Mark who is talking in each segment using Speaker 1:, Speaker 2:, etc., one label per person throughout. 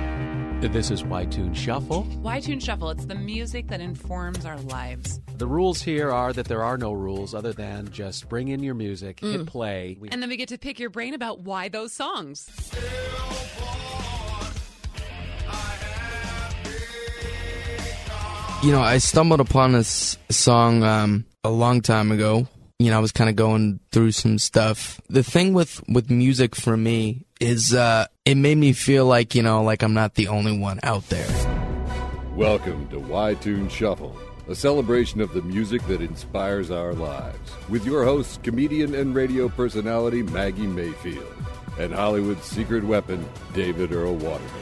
Speaker 1: After this is Why Tune Shuffle.
Speaker 2: Why Tune Shuffle? It's the music that informs our lives.
Speaker 1: The rules here are that there are no rules other than just bring in your music, hit play. We-
Speaker 2: And then we get to pick your brain about why those songs.
Speaker 3: You know, I stumbled upon this song um, a long time ago. You know, I was kind of going through some stuff. The thing with with music for me is uh, it made me feel like you know, like I'm not the only one out there.
Speaker 4: Welcome to Why Tune Shuffle, a celebration of the music that inspires our lives, with your hosts, comedian and radio personality Maggie Mayfield, and Hollywood's secret weapon, David Earl Waterman.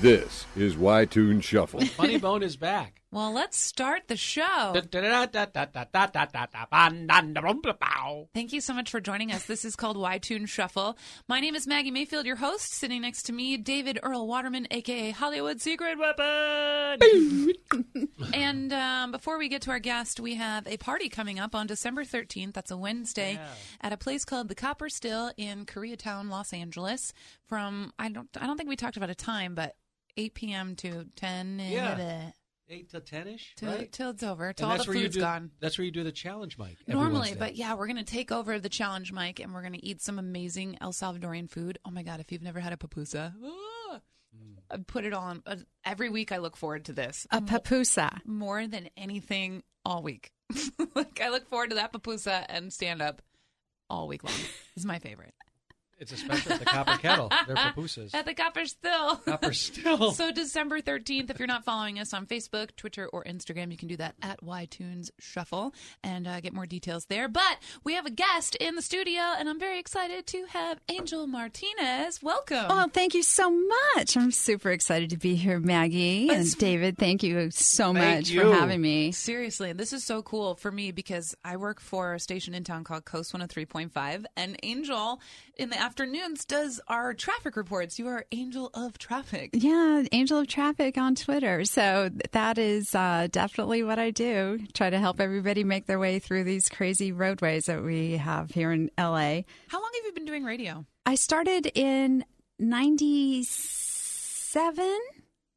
Speaker 4: This is Why Tune Shuffle.
Speaker 1: Funny Bone is back.
Speaker 2: Well, let's start the show. Thank you so much for joining us. This is called Why Tune Shuffle. My name is Maggie Mayfield, your host. Sitting next to me, David Earl Waterman, aka Hollywood Secret Weapon. and um, before we get to our guest, we have a party coming up on December 13th. That's a Wednesday at a place called the Copper Still in Koreatown, Los Angeles. From I don't I don't think we talked about a time, but 8 p.m. to 10.
Speaker 1: Yeah. Eight to ten-ish,
Speaker 2: Till,
Speaker 1: right?
Speaker 2: till it's over, till
Speaker 1: And
Speaker 2: all the
Speaker 1: that's where you
Speaker 2: food's
Speaker 1: do-
Speaker 2: gone.
Speaker 1: That's where you do the challenge, Mike. every
Speaker 2: Normally,
Speaker 1: Wednesday.
Speaker 2: but yeah, we're going to take over the challenge, Mike, and we're going to eat some amazing El Salvadorian food. Oh my God, if you've never had a pupusa, ah,
Speaker 1: Mm.
Speaker 2: I put it on. Uh, every week I look forward to this
Speaker 5: A papusa.
Speaker 2: more than anything all week. like, I look forward to that pupusa and stand up all week long. It's my favorite. Ah,
Speaker 1: it's a special at the Copper Kettle. They're pupusas.
Speaker 2: At the Copper Still.
Speaker 1: Copper still.
Speaker 2: So December 13th, if you're not following us on Facebook, Twitter, or Instagram, you can do that at YTunes Shuffle and uh, get more details there. But we have a guest in the studio, and I'm very excited to have Angel Martinez. Welcome.
Speaker 5: Oh, thank you so much. I'm super excited to be here, Maggie and David. Thank you so
Speaker 1: Thank
Speaker 5: much
Speaker 1: you.
Speaker 5: for having me.
Speaker 2: Seriously, this is so cool for me because I work for a station in town called Coast 103.5, and Angel in the afternoons does our traffic reports. You are Angel of Traffic.
Speaker 5: Yeah, Angel of Traffic on Twitter. So th- that is uh, definitely what I do. Try to help everybody make their way through these crazy roadways that we have here in LA.
Speaker 2: How long have you been doing radio?
Speaker 5: I started in 97.
Speaker 2: Oh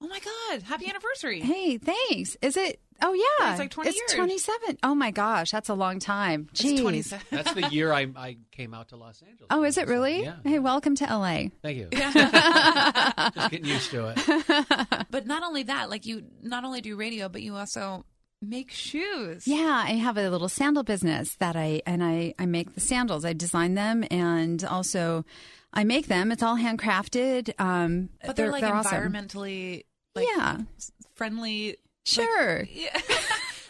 Speaker 2: my God, happy anniversary.
Speaker 5: Hey, thanks. Is it? Oh, yeah.
Speaker 2: Yeah, it's like 20 years.
Speaker 5: 27. Oh, my gosh. That's a long time.
Speaker 2: It's
Speaker 5: Jeez.
Speaker 2: 27.
Speaker 1: That's the year I, I came out to Los Angeles.
Speaker 5: Oh, is it really?
Speaker 1: Yeah.
Speaker 5: Hey, welcome to LA.
Speaker 1: Thank you. Just getting used to it.
Speaker 2: But not only that, like you not only do radio, but you also make shoes.
Speaker 5: Yeah, I have a little sandal business that I and I I make the sandals. I design them and also I make them. It's all handcrafted. Um,
Speaker 2: But they're, like
Speaker 5: awesome.
Speaker 2: environmentally like
Speaker 5: yeah,
Speaker 2: s- friendly.
Speaker 5: sure.
Speaker 2: Yeah.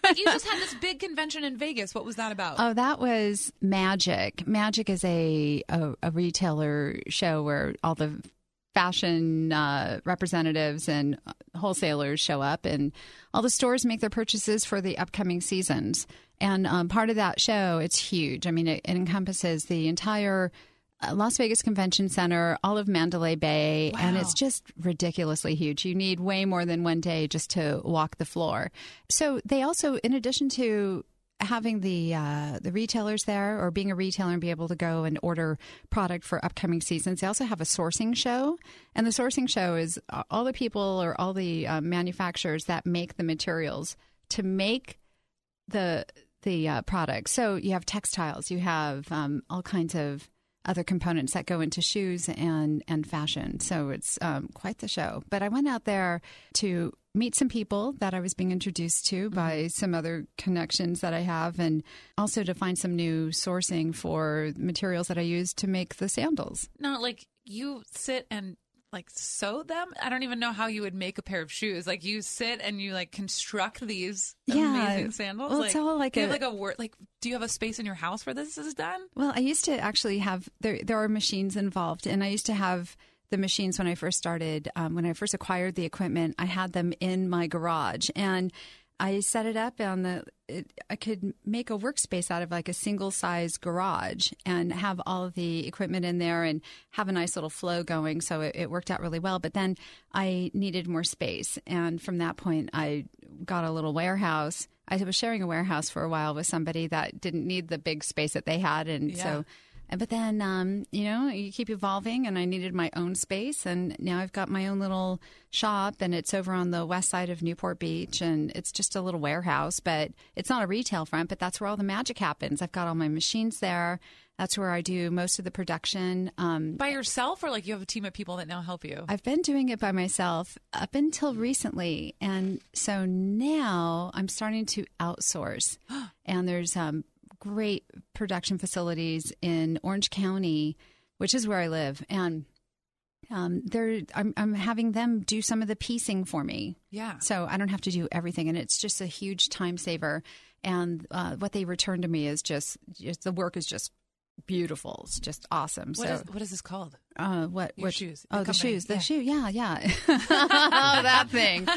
Speaker 2: like you just had this big convention in Vegas. What was that about?
Speaker 5: Oh, that was Magic. Magic is a a, a retailer show where all the fashion uh, representatives and wholesalers show up, and all the stores make their purchases for the upcoming seasons. And um, part of that show, it's huge. I mean, it, it encompasses the entire. uh, Las Vegas Convention Center, all of Mandalay Bay, and
Speaker 2: Wow.
Speaker 5: it's just ridiculously huge. You need way more than one day just to walk the floor. So they also, in addition to having the uh, the retailers there or being a retailer and be able to go and order product for upcoming seasons. They also have a sourcing show, and the sourcing show is a- all the people or all the uh, manufacturers that make the materials to make the the uh, product. So you have textiles, you have um, all kinds of other components that go into shoes and and fashion. So it's um, quite the show. But I went out there to meet some people that I was being introduced to by some other connections that I have, and also to find some new sourcing for materials that I use to make the sandals.
Speaker 2: no, like you sit and like sew them. I don't even know how you would make a pair of shoes. Like you sit and you like construct these
Speaker 5: Yeah.
Speaker 2: amazing sandals.
Speaker 5: Well, it's all like
Speaker 2: do you
Speaker 5: a-
Speaker 2: have like a word. Like, do you have a space in your house where this is done?
Speaker 5: Well, I used to actually have there. There are machines involved, and I used to have the machines when I first started. Um, when I first acquired the equipment, I had them in my garage, and I set it up on the. It, I could make a workspace out of like a single size garage and have all of the equipment in there and have a nice little flow going. So it, it worked out really well. But then I needed more space, and from that point, I got a little warehouse. I was sharing a warehouse for a while with somebody that didn't need the big space that they had, and
Speaker 2: Yeah.
Speaker 5: so But then, um, you know, you keep evolving, and I needed my own space. And now I've got my own little shop, and it's over on the west side of Newport Beach. And it's just a little warehouse, but it's not a retail front, but that's where all the magic happens. I've got all my machines there. That's where I do most of the production. Um,
Speaker 2: By yourself, or like you have a team of people that now help you?
Speaker 5: I've been doing it by myself up until recently. And so now I'm starting to outsource. and there's um, great production facilities in Orange County, which is where I live. And um, they're, I'm, I'm having them do some of the piecing for me.
Speaker 2: yeah.
Speaker 5: So I don't have to do everything, and it's just a huge time saver. And uh, what they return to me is just, just the work is just beautiful. It's just awesome.
Speaker 2: What
Speaker 5: so
Speaker 2: is- what is this called?
Speaker 5: uh, what
Speaker 2: Your
Speaker 5: what-
Speaker 2: shoes, the
Speaker 5: Oh, the,
Speaker 2: company,
Speaker 5: shoes, the
Speaker 2: yeah.
Speaker 5: shoe. Yeah, yeah. oh, that thing.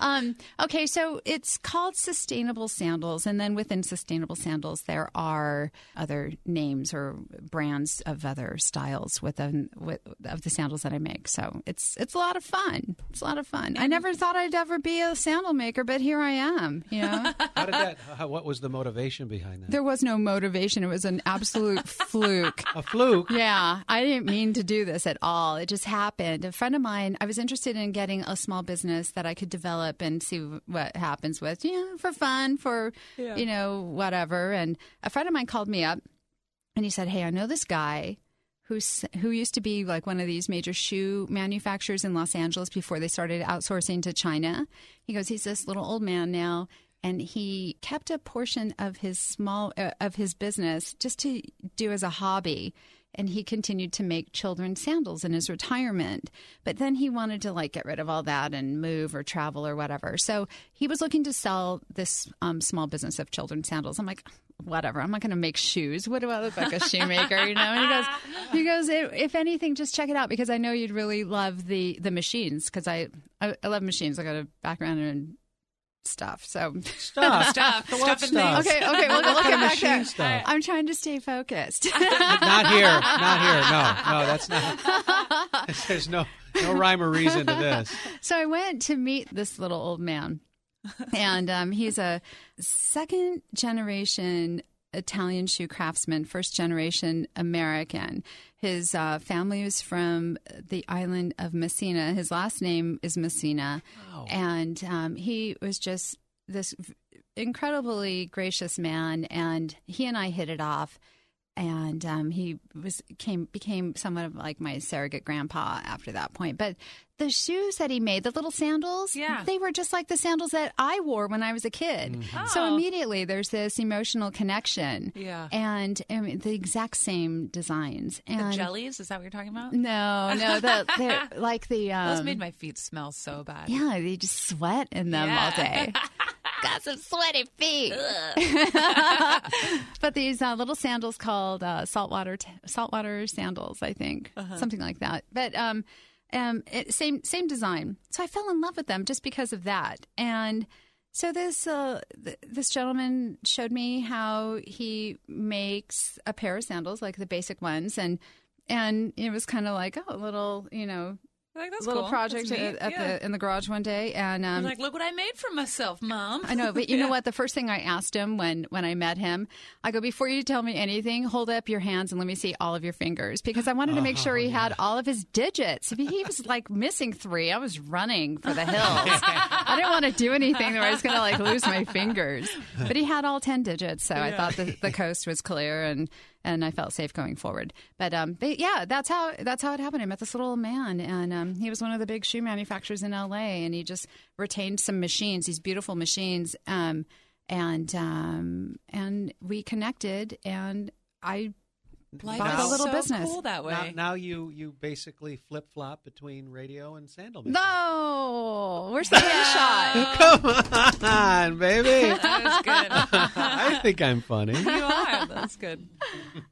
Speaker 5: Um, okay, so it's called sustainable sandals, and then within sustainable sandals, there are other names or brands of other styles within with, of the sandals that I make. So it's it's a lot of fun. It's a lot of fun. I never thought I'd ever be a sandal maker, but here I am. You know.
Speaker 1: How did that? How, what was the motivation behind that?
Speaker 5: There was no motivation. It was an absolute fluke.
Speaker 1: A fluke.
Speaker 5: Yeah, I didn't mean to do this at all. It just happened. A friend of mine, I was interested in getting a small business that I could develop and see what happens with, you know, for fun, for, you know, whatever. And a friend of mine called me up and he said, Hey, I know this guy who's, who used to be like one of these major shoe manufacturers in Los Angeles before they started outsourcing to China. He goes, He's this little old man now. And he kept a portion of his small uh, of his business just to do as a hobby and he continued to make children's sandals in his retirement. But then he wanted to like get rid of all that and move or travel or whatever. So he was looking to sell this um, small business of children's sandals. I'm like, whatever. I'm not going to make shoes. What do I look like a shoemaker? You know? And he goes, he goes. "If- If anything, just check it out because I know you'd really love the the machines because I, I I love machines. I got a background in stuff. So
Speaker 1: Stop.
Speaker 2: Stuff,
Speaker 1: What
Speaker 2: stuff and things.
Speaker 5: okay, okay. We'll
Speaker 1: What
Speaker 5: look
Speaker 1: kind of
Speaker 5: back
Speaker 1: machine
Speaker 5: there.
Speaker 1: stuff?
Speaker 5: I'm trying to stay focused.
Speaker 1: Not here. Not here. No. No. That's not. There's no no rhyme or reason to this.
Speaker 5: So I went to meet this little old man, and um, he's a second generation Italian shoe craftsman, first generation American. His uh, family was from the island of Messina. His last name is Messina, and um, he was just this v- incredibly gracious man. And he and I hit it off and um, he was came became somewhat of like my surrogate grandpa after that point. But the shoes that he made, the little sandals,
Speaker 2: Yeah.
Speaker 5: they were just like the sandals that I wore when I was a kid. So
Speaker 2: Oh.
Speaker 5: immediately there's this emotional connection.
Speaker 2: Yeah.
Speaker 5: and I mean, the exact same designs and
Speaker 2: The jellies? Is that what you're talking about?
Speaker 5: No, no, the, they're like the um,
Speaker 2: Those made my feet smell so bad.
Speaker 5: yeah, they just sweat in them all day. Got some sweaty feet. but these uh, little sandals called uh, saltwater t- saltwater sandals, I think, something like that. But um, um, it, same same design. So I fell in love with them just because of that. And so this uh, th- this gentleman showed me how he makes a pair of sandals, like the basic ones, and and it was kind of like oh, a little you know
Speaker 2: Like, that's
Speaker 5: little
Speaker 2: cool.
Speaker 5: project
Speaker 2: That's neat.
Speaker 5: at, at
Speaker 2: Yeah.
Speaker 5: the in the garage one day, and um,
Speaker 2: I'm like, look what I made for myself, Mom.
Speaker 5: I know. But you know what? The first thing I asked him when when I met him, I go, before you tell me anything, hold up your hands and let me see all of your fingers because I wanted to make sure he had all of his digits. If he- he was like missing three, I was running for the hills. I didn't want to do anything where I was going to like lose my fingers. But he had all ten digits, so I thought the, the coast was clear and. And I felt safe going forward, but um, but yeah, that's how that's how it happened. I met this little old man, and um, he was one of the big shoe manufacturers in L.A. And he just retained some machines, these beautiful machines, um, and um, and we connected, and I
Speaker 2: Life
Speaker 1: Bought
Speaker 2: is
Speaker 1: a
Speaker 5: little
Speaker 2: so
Speaker 5: business.
Speaker 2: cool that way.
Speaker 1: Now, now you you basically flip flop between radio and sandal. making.
Speaker 5: no, we're still in the shot.
Speaker 1: Come on, baby.
Speaker 2: That was good.
Speaker 1: I think I'm funny.
Speaker 2: you are. That's good.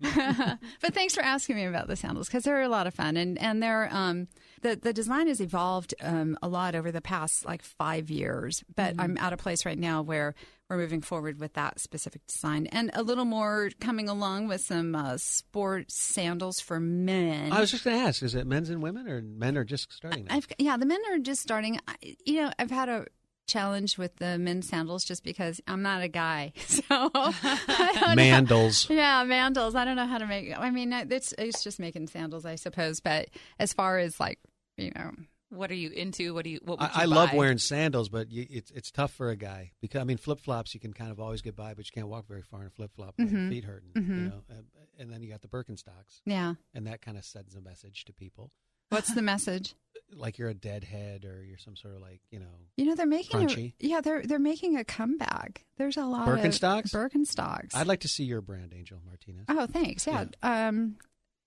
Speaker 5: But thanks for asking me about the sandals because they're a lot of fun, and and they're um, the the design has evolved um, a lot over the past like five years. But
Speaker 1: Mm-hmm.
Speaker 5: I'm at a place right now where we're moving forward with that specific design, and a little more coming along with some uh, sport sandals for men.
Speaker 1: I was just going to ask: Is it men's and women, or men are just starting? Now?
Speaker 5: I've yeah, the men are just starting. I, you know, I've had a challenge with the men's sandals just because I'm not a guy. So I don't know.
Speaker 1: Mandels.
Speaker 5: Yeah, mandals. I don't know how to make. I mean, it's it's just making sandals, I suppose. But as far as like you know,
Speaker 2: What are you into? What do you? What would
Speaker 1: I,
Speaker 2: you
Speaker 1: I love
Speaker 2: buy?
Speaker 1: wearing sandals, but you, it's it's tough for a guy because I mean flip flops you can kind of always get by, but you can't walk very far in a flip flop.
Speaker 5: Mhm.
Speaker 1: Feet hurting, you
Speaker 5: Mhm.
Speaker 1: know. And, and then you got the Birkenstocks,
Speaker 5: yeah.
Speaker 1: and that kind of sends a message to people,
Speaker 5: What's the message?
Speaker 1: like you're a deadhead or you're some sort of like you know.
Speaker 5: You know, they're making
Speaker 1: Crunchy.
Speaker 5: a yeah, they're they're making a comeback. There's a lot
Speaker 1: Birkenstocks?
Speaker 5: of Birkenstocks.
Speaker 1: I'd like to see your brand, Angel Martinez.
Speaker 5: oh, thanks. Yeah. Um,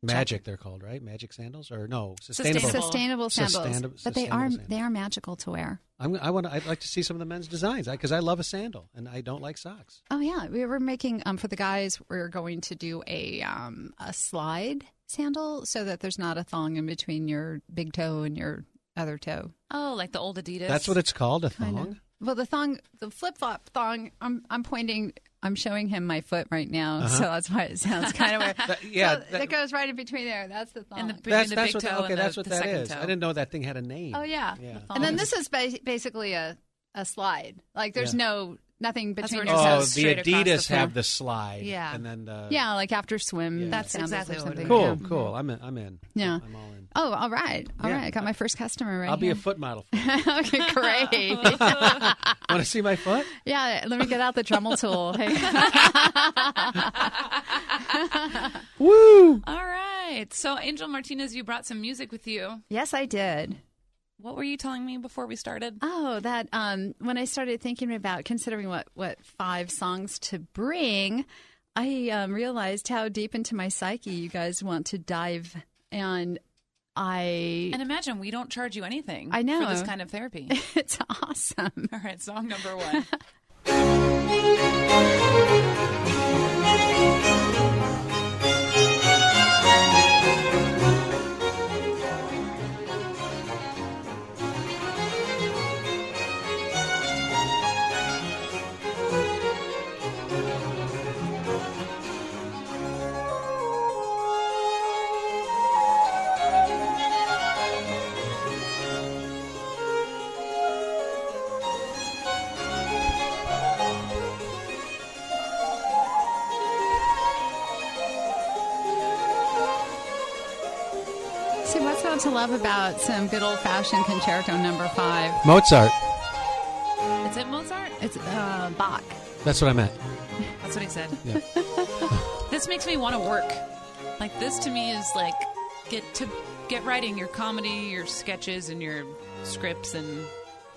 Speaker 1: Magic, they're called, right? Magic sandals or no sustainable?
Speaker 2: Sustainable.
Speaker 5: sustainable sandals,
Speaker 1: Sustainab-
Speaker 5: but they
Speaker 1: sustainable
Speaker 5: are
Speaker 1: sandals.
Speaker 5: they are magical to wear.
Speaker 1: I'm, I want. I'd like to see some of the men's designs because I, love a sandal and I don't like socks.
Speaker 5: Oh yeah, we were making um for the guys. We're going to do a um a slide sandal so that there's not a thong in between your big toe and your other toe.
Speaker 2: Oh, like the old Adidas.
Speaker 1: That's what it's called, a
Speaker 5: Kind of.
Speaker 1: thong.
Speaker 5: Well, the thong, the flip flop thong. I'm I'm pointing. I'm showing him my foot right now,
Speaker 1: Uh-huh.
Speaker 5: so that's why it sounds kind of weird.
Speaker 1: That- yeah,
Speaker 5: So
Speaker 1: that-
Speaker 5: that, goes right in between there. That's the thong.
Speaker 2: And the big,
Speaker 1: Oh. That's
Speaker 2: and the
Speaker 1: that's
Speaker 2: big
Speaker 1: what.
Speaker 2: toe
Speaker 1: okay,
Speaker 2: and the,
Speaker 1: that's what
Speaker 2: the
Speaker 1: that
Speaker 2: second
Speaker 1: is.
Speaker 2: Toe.
Speaker 1: I didn't know that thing had a name.
Speaker 5: Oh yeah.
Speaker 1: Yeah. The
Speaker 5: And then
Speaker 2: thong.
Speaker 5: this is ba- basically a, a slide. Like there's
Speaker 1: Yeah.
Speaker 5: no nothing
Speaker 2: That's
Speaker 5: between
Speaker 2: where
Speaker 5: your
Speaker 2: it just
Speaker 1: Oh,
Speaker 5: toes.
Speaker 2: goes
Speaker 1: the
Speaker 2: straight across
Speaker 1: Adidas
Speaker 2: the
Speaker 1: have
Speaker 2: floor.
Speaker 1: the slide.
Speaker 2: Yeah.
Speaker 1: and then the
Speaker 5: yeah, like after swim.
Speaker 1: Yeah.
Speaker 2: That's
Speaker 5: sandals or
Speaker 2: exactly what it
Speaker 5: something.
Speaker 2: is.
Speaker 1: Cool,
Speaker 5: Yeah.
Speaker 1: cool. I'm in, I'm in.
Speaker 5: Yeah.
Speaker 1: I'm all in.
Speaker 5: Oh, all right, all right.
Speaker 1: Yeah.
Speaker 5: I got my first customer right
Speaker 1: I'll be
Speaker 5: here.
Speaker 1: a foot model. for you.
Speaker 5: okay, great.
Speaker 1: Want to see my foot?
Speaker 5: yeah, let me get out the Dremel tool. Hey.
Speaker 1: Woo!
Speaker 2: All right. So, Angel Martinez, you brought some music with you.
Speaker 5: yes, I did.
Speaker 2: What were you telling me before we started?
Speaker 5: Oh, that um, when I started thinking about considering what what five songs to bring, I um, realized how deep into my psyche you guys want to dive, and I
Speaker 2: And imagine we don't charge you anything.
Speaker 5: I know.
Speaker 2: for this kind of therapy.
Speaker 5: it's awesome.
Speaker 2: All right, song number one.
Speaker 5: See, what's not to love about some good old fashioned concerto number five?
Speaker 1: Mozart.
Speaker 2: Is it Mozart?
Speaker 5: It's uh, Bach.
Speaker 1: That's what I meant.
Speaker 2: That's what he said.
Speaker 1: Yeah.
Speaker 2: this makes me want to work. Like this to me is like get to get writing your comedy, your sketches, and your scripts and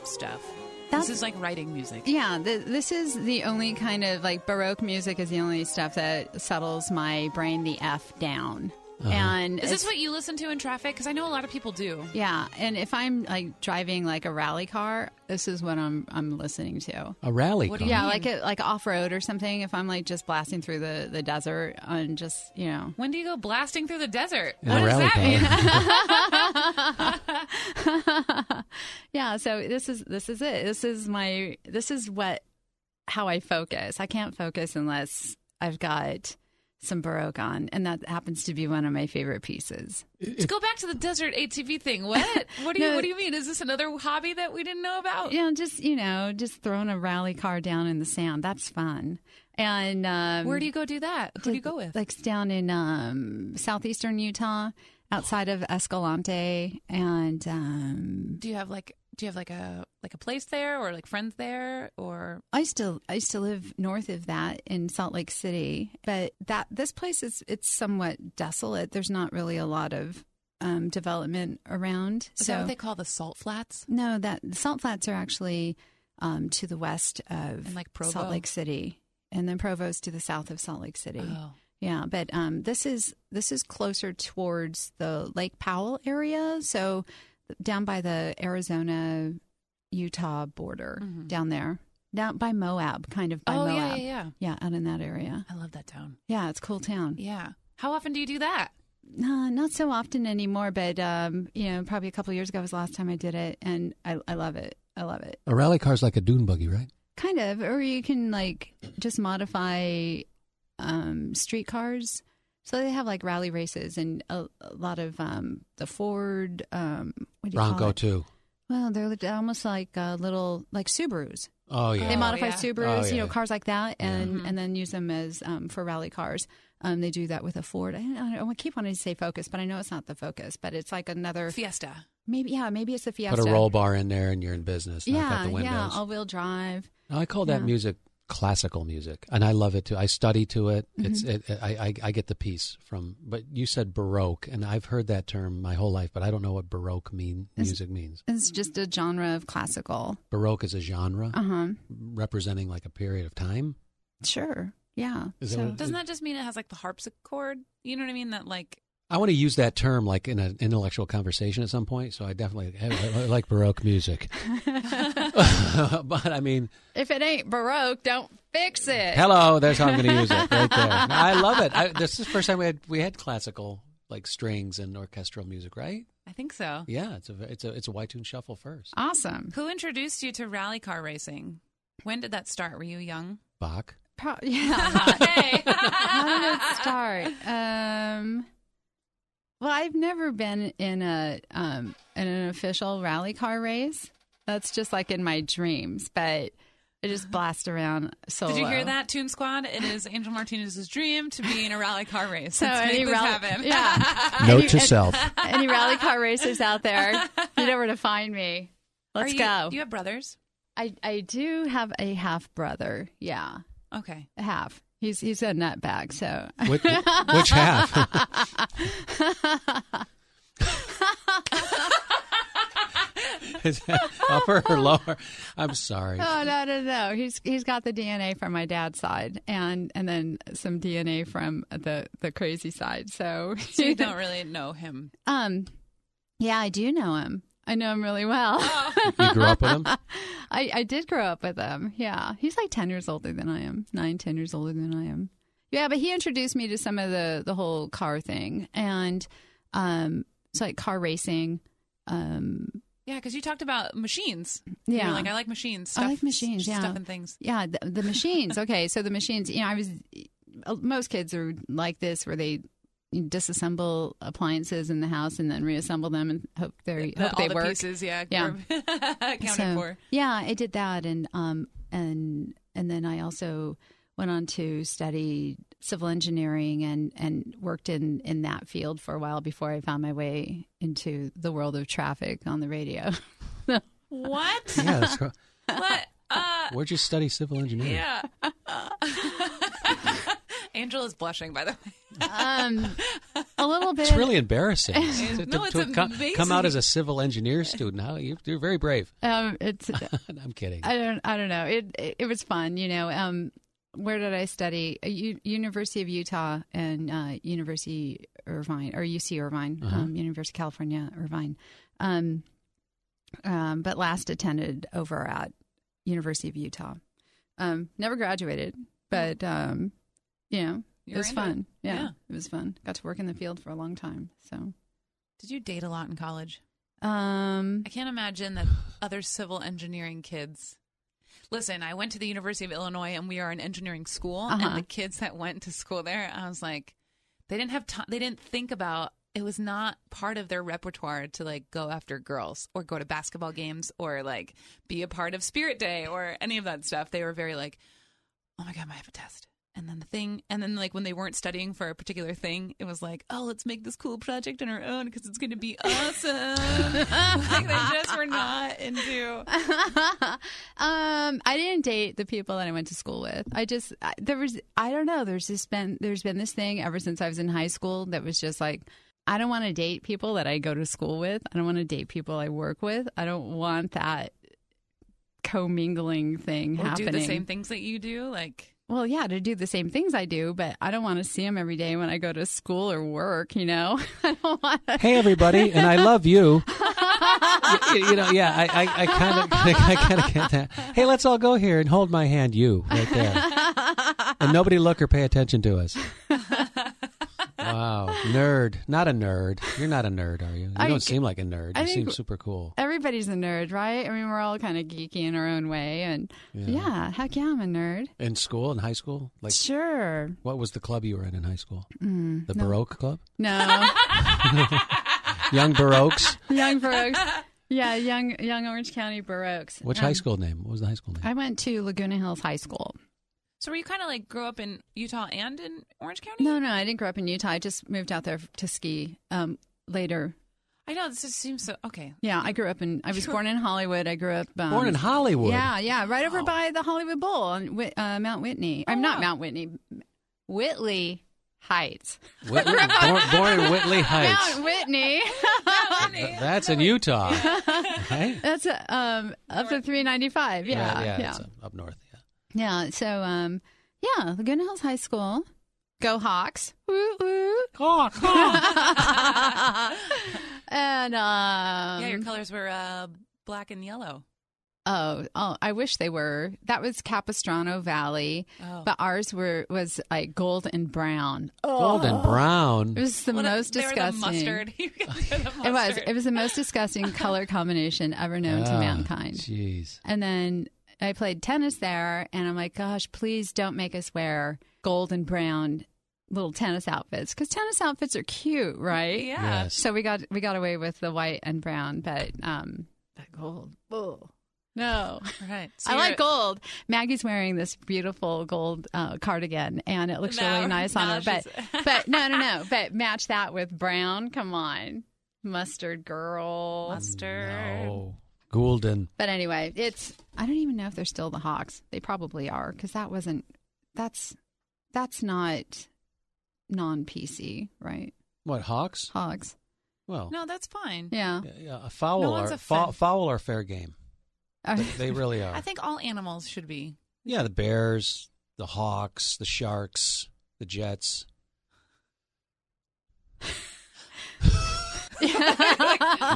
Speaker 2: stuff.
Speaker 5: That's-
Speaker 2: this is like writing music.
Speaker 5: Yeah, th- this is the only kind of like Baroque music is the only stuff that settles my brain the F down. And
Speaker 2: Is this
Speaker 5: it's-
Speaker 2: what you listen to in traffic? Because I know a lot of people do.
Speaker 5: Yeah, and if I'm like driving like a rally car, this is what I'm I'm listening to.
Speaker 3: A rally
Speaker 2: What
Speaker 3: car.
Speaker 2: do you-
Speaker 5: Yeah,
Speaker 2: Mm.
Speaker 5: like a, like off road or something. If I'm like just blasting through the the desert and just you know,
Speaker 2: When do you go blasting through the desert?
Speaker 3: In
Speaker 2: what
Speaker 3: a
Speaker 2: does
Speaker 3: rally
Speaker 2: that
Speaker 3: car.
Speaker 2: mean?
Speaker 5: yeah. So this is this is it. This is my this is what how I focus. I can't focus unless I've got some baroque on, and that happens to be one of my favorite pieces.
Speaker 2: Let's go back to the desert ATV thing. What? What do you
Speaker 5: No.
Speaker 2: What do you mean? Is this another hobby that we didn't know about?
Speaker 5: You know, just you know, just throwing a rally car down in the sand. That's fun. And um,
Speaker 2: Where do you go do that? Who do you go with?
Speaker 5: Like down in um, southeastern Utah, outside of Escalante, and um,
Speaker 2: do you have like Do you have like a like a place there or like friends there or
Speaker 5: I still I used to live north of that in Salt Lake City, but that this place is it's somewhat desolate. There's not really a lot of um, development around.
Speaker 2: is
Speaker 5: so
Speaker 2: that what they call the salt flats?
Speaker 5: no, that the Salt Flats are actually um, to the west of
Speaker 2: And like Provo.
Speaker 5: Salt Lake City, and then Provo's to the south of Salt Lake City.
Speaker 2: Oh.
Speaker 5: Yeah, but um, this is this is closer towards the Lake Powell area, so down by the Arizona Utah border,
Speaker 2: Mhm.
Speaker 5: down there, down by Moab, kind of by
Speaker 2: oh
Speaker 5: Moab.
Speaker 2: yeah, yeah, yeah.
Speaker 5: Yeah, out in that area.
Speaker 2: I love that town.
Speaker 5: Yeah, it's a cool town.
Speaker 2: Yeah. How often do you do that?
Speaker 5: Uh, not so often anymore, but um, you know, probably a couple of years ago was the last time I did it, and I, I love it. I love it.
Speaker 1: A rally car's like a dune buggy, right?
Speaker 5: Kind of, or you can like just modify um, streetcars. So they have like rally races and a, a lot of um, the Ford. Um, what do you call
Speaker 1: Bronco
Speaker 5: it?
Speaker 1: too.
Speaker 5: Well, they're almost like uh, little like Subarus.
Speaker 1: Oh yeah.
Speaker 5: They modify
Speaker 2: yeah.
Speaker 5: Subarus,
Speaker 1: Oh,
Speaker 5: you know,
Speaker 1: yeah.
Speaker 5: cars like that, and and then use them as um, for rally cars. Um, they do that with a Ford. I, don't, I, don't, I keep wanting to say Focus, but I know it's not the Focus, but it's like another
Speaker 2: Fiesta.
Speaker 5: maybe. Yeah, maybe it's the Fiesta.
Speaker 1: Put a roll bar in there and you're in business. Knock out
Speaker 5: Yeah,
Speaker 1: the
Speaker 5: yeah,
Speaker 1: windows.
Speaker 5: all wheel drive.
Speaker 1: Now, I call that
Speaker 5: Yeah.
Speaker 1: music classical music, and I love it too. I study to it.
Speaker 5: Mm-hmm.
Speaker 1: It's it, I, I I get the piece from. But you said baroque, and I've heard that term my whole life, but I don't know what baroque mean
Speaker 5: It's-
Speaker 1: music means.
Speaker 5: It's just a genre of classical.
Speaker 1: Baroque is a genre
Speaker 5: Uh huh.
Speaker 1: representing like a period of time.
Speaker 5: Sure. Yeah.
Speaker 1: Is that
Speaker 5: So-
Speaker 1: what it-
Speaker 2: Doesn't that just mean it has like the harpsichord? You know what I mean? That like
Speaker 1: I want to use that term like in an intellectual conversation at some point. So I definitely I, I like baroque music, but I mean,
Speaker 5: if it ain't baroque, don't fix it.
Speaker 1: hello, that's how I'm going to use it right there. No, I love it. I, this is the first time we had we had classical like strings and orchestral music, right?
Speaker 2: I think so.
Speaker 1: Yeah, it's a it's a it's a Y tune shuffle first.
Speaker 5: Awesome.
Speaker 2: Who introduced you to rally car racing? When did that start? Were you young?
Speaker 1: Bach.
Speaker 5: Pro- yeah.
Speaker 2: hey.
Speaker 5: How did it start? Um, well, I've never been in a um, in an official rally car race. That's just like in my dreams, but I just blast around solo.
Speaker 2: Did you hear that, Tune Squad? It is Angel Martinez's dream to be in a rally car race.
Speaker 5: So
Speaker 2: Let's
Speaker 5: any
Speaker 2: make this
Speaker 5: rally,
Speaker 2: happen.
Speaker 5: yeah.
Speaker 1: Note
Speaker 5: Any-
Speaker 1: to self.
Speaker 5: Any rally car racers out there? You know where to find me. Let's
Speaker 2: Are you,
Speaker 5: go.
Speaker 2: You have brothers?
Speaker 5: I I do have a half brother. Yeah,
Speaker 2: Okay.
Speaker 5: a half. He's he's a nutbag. So
Speaker 1: Which, which half? Is that upper or lower? I'm sorry.
Speaker 5: Oh no no no! He's he's got the DNA from my dad's side, and and then some DNA from the the crazy side. So,
Speaker 2: So you don't really know him.
Speaker 5: um, yeah, I do know him. I know him really well.
Speaker 1: You grew up with him?
Speaker 5: I I did grow up with him. Yeah, he's like ten years older than I am, nine ten years older than I am. Yeah, but he introduced me to some of the the whole car thing, and um, it's like car racing. Um,
Speaker 2: Yeah, because you talked about machines. You
Speaker 5: Yeah.
Speaker 2: were like, I like machines.
Speaker 5: I
Speaker 2: Stuff,
Speaker 5: like machines,
Speaker 2: s-
Speaker 5: yeah.
Speaker 2: Stuff and things.
Speaker 5: Yeah, the, the machines. Okay, so the machines. You know, I was. uh, Most kids are like this, where they disassemble appliances in the house and then reassemble them and hope they
Speaker 2: The-
Speaker 5: hope they
Speaker 2: all the
Speaker 5: work.
Speaker 2: pieces, yeah.
Speaker 5: Yeah.
Speaker 2: were Accounted
Speaker 5: So,
Speaker 2: for.
Speaker 5: Yeah, I did that, and um, and and then I also went on to study civil engineering and and worked in in that field for a while before I found my way into the world of traffic on the radio.
Speaker 2: What?
Speaker 1: Yeah. That's cool.
Speaker 2: what? Uh,
Speaker 1: Where'd you study civil engineering?
Speaker 2: yeah. Angel is blushing, by the way.
Speaker 5: um, a little bit.
Speaker 1: It's really embarrassing to,
Speaker 2: No, it's
Speaker 1: co- come out
Speaker 2: amazing.
Speaker 1: as a civil engineer student. How you, you're very brave.
Speaker 5: um, it's
Speaker 1: I'm kidding.
Speaker 5: I don't. I don't know. It, it it was fun. You know. Um, where did I study? Uh, U- University of Utah and uh, University Irvine or UC Irvine, um, University of California Irvine. Um, um, but last attended over at University of Utah. Um, never graduated, but um, you know,
Speaker 2: You're
Speaker 5: it was
Speaker 2: into
Speaker 5: fun.
Speaker 2: it.
Speaker 5: Yeah,
Speaker 2: Yeah.
Speaker 5: it was fun. Got to work in the field for a long time. So,
Speaker 2: Did you date a lot in college?
Speaker 5: um,
Speaker 2: I can't imagine that other civil engineering kids. Listen, I went to the University of Illinois and we are an engineering school
Speaker 5: Uh-huh.
Speaker 2: and the kids that went to school there, I was like they didn't have time they didn't think about it was not part of their repertoire to like go after girls or go to basketball games or like be a part of Spirit Day or any of that stuff. They were very like, "Oh my god, I have a test." And then the thing, and then like when they weren't studying for a particular thing, it was like, "Oh, let's make this cool project on our own because it's going to be awesome." like they just were not into.
Speaker 5: um, I didn't date the people that I went to school with. I just I, there was I don't know. There's just been there's been this thing ever since I was in high school that was just like I don't want to date people that I go to school with. I don't want to date people I work with. I don't want that commingling thing
Speaker 2: Or do
Speaker 5: happening.
Speaker 2: the same things that you do, like
Speaker 5: Well, yeah, to do the same things I do, but I don't want to see them every day when I go to school or work. You know, I don't want. To,
Speaker 1: hey everybody and i love you you, you know yeah i I- I kind of i kind of get that hey let's all go here and hold my hand you right there and nobody look or pay attention to us wow nerd not a nerd you're not a nerd are you you
Speaker 5: I-
Speaker 1: don't seem like a nerd
Speaker 5: I
Speaker 1: you
Speaker 5: think-
Speaker 1: seem super cool
Speaker 5: Everybody's a nerd, right? I mean, we're all kind of geeky in our own way, and yeah heck yeah, I'm a nerd.
Speaker 1: in school in high school like
Speaker 5: Sure.
Speaker 1: what was the club you were in in high school
Speaker 5: Mm,
Speaker 1: the baroque club
Speaker 5: No.
Speaker 1: young baroques
Speaker 5: Young Brooks. yeah, young young Orange County Baroques.
Speaker 1: Which
Speaker 5: Um,
Speaker 1: high school name? What was the high school name?
Speaker 5: I went to Laguna Hills High School.
Speaker 2: So were you kind of like grew up in Utah and in Orange County?
Speaker 5: No, no, I didn't grow up in Utah. I just moved out there to ski um, later.
Speaker 2: I know this just seems so okay.
Speaker 5: Yeah, I grew up in. I was born in Hollywood. I grew up um,
Speaker 1: Born in Hollywood.
Speaker 5: Yeah, yeah, right over by the Hollywood Bowl on Whit- uh, Mount Whitney. I'm
Speaker 1: Oh,
Speaker 5: not Mount Whitney, Whitley Heights.
Speaker 1: Whit- born, born in Whitley Heights.
Speaker 5: Mount Whitney.
Speaker 1: Th- That's in Utah, right?
Speaker 5: That's uh, um, up to 395. Yeah,
Speaker 1: Right,
Speaker 5: yeah, yeah.
Speaker 1: it's, uh, up north. Yeah.
Speaker 5: so um, yeah, Laguna Hills High School. Go Hawks! Woo woo! and um,
Speaker 2: yeah, your colors were uh, black and yellow.
Speaker 5: Oh, oh, I wish they were. That was Capistrano Valley,
Speaker 2: Oh.
Speaker 5: but ours were was like gold and brown.
Speaker 1: Gold and brown.
Speaker 5: It was the
Speaker 2: Well,
Speaker 5: most
Speaker 2: they were
Speaker 5: disgusting.
Speaker 2: The mustard. You guys were the
Speaker 5: It was.
Speaker 2: mustard.
Speaker 5: It was the most disgusting color combination ever known to
Speaker 1: Ah,
Speaker 5: mankind.
Speaker 1: Jeez.
Speaker 5: And then I played tennis there, and I'm like, gosh, please don't make us wear gold and brown little tennis outfits because tennis outfits are cute, right?
Speaker 2: Yeah.
Speaker 1: Yes.
Speaker 5: So we got we got away with the white and brown, but um, that gold, oh no.
Speaker 2: Right.
Speaker 5: I
Speaker 2: you're-
Speaker 5: like gold. Maggie's wearing this beautiful gold uh, cardigan, and it looks
Speaker 2: Now-
Speaker 5: really nice on
Speaker 2: now
Speaker 5: her. But,
Speaker 2: she's-
Speaker 5: but no, no, no. But match that with brown. Come on, mustard girl.
Speaker 2: mustard.
Speaker 1: No. Goulden.
Speaker 5: But anyway, it's. I don't even know if they're still the Hawks. They probably are because that wasn't. That's that's not non PC, right?
Speaker 1: What Hawks?
Speaker 5: Hogs.
Speaker 1: Well,
Speaker 2: No, that's fine.
Speaker 5: Yeah.
Speaker 1: yeah, yeah, a foul
Speaker 2: No
Speaker 1: are
Speaker 2: one's
Speaker 1: fo-
Speaker 2: offended.
Speaker 1: foul are fair game. They, they really are.
Speaker 2: I think all animals should be.
Speaker 1: yeah, the Bears, the Hawks, the Sharks, the Jets.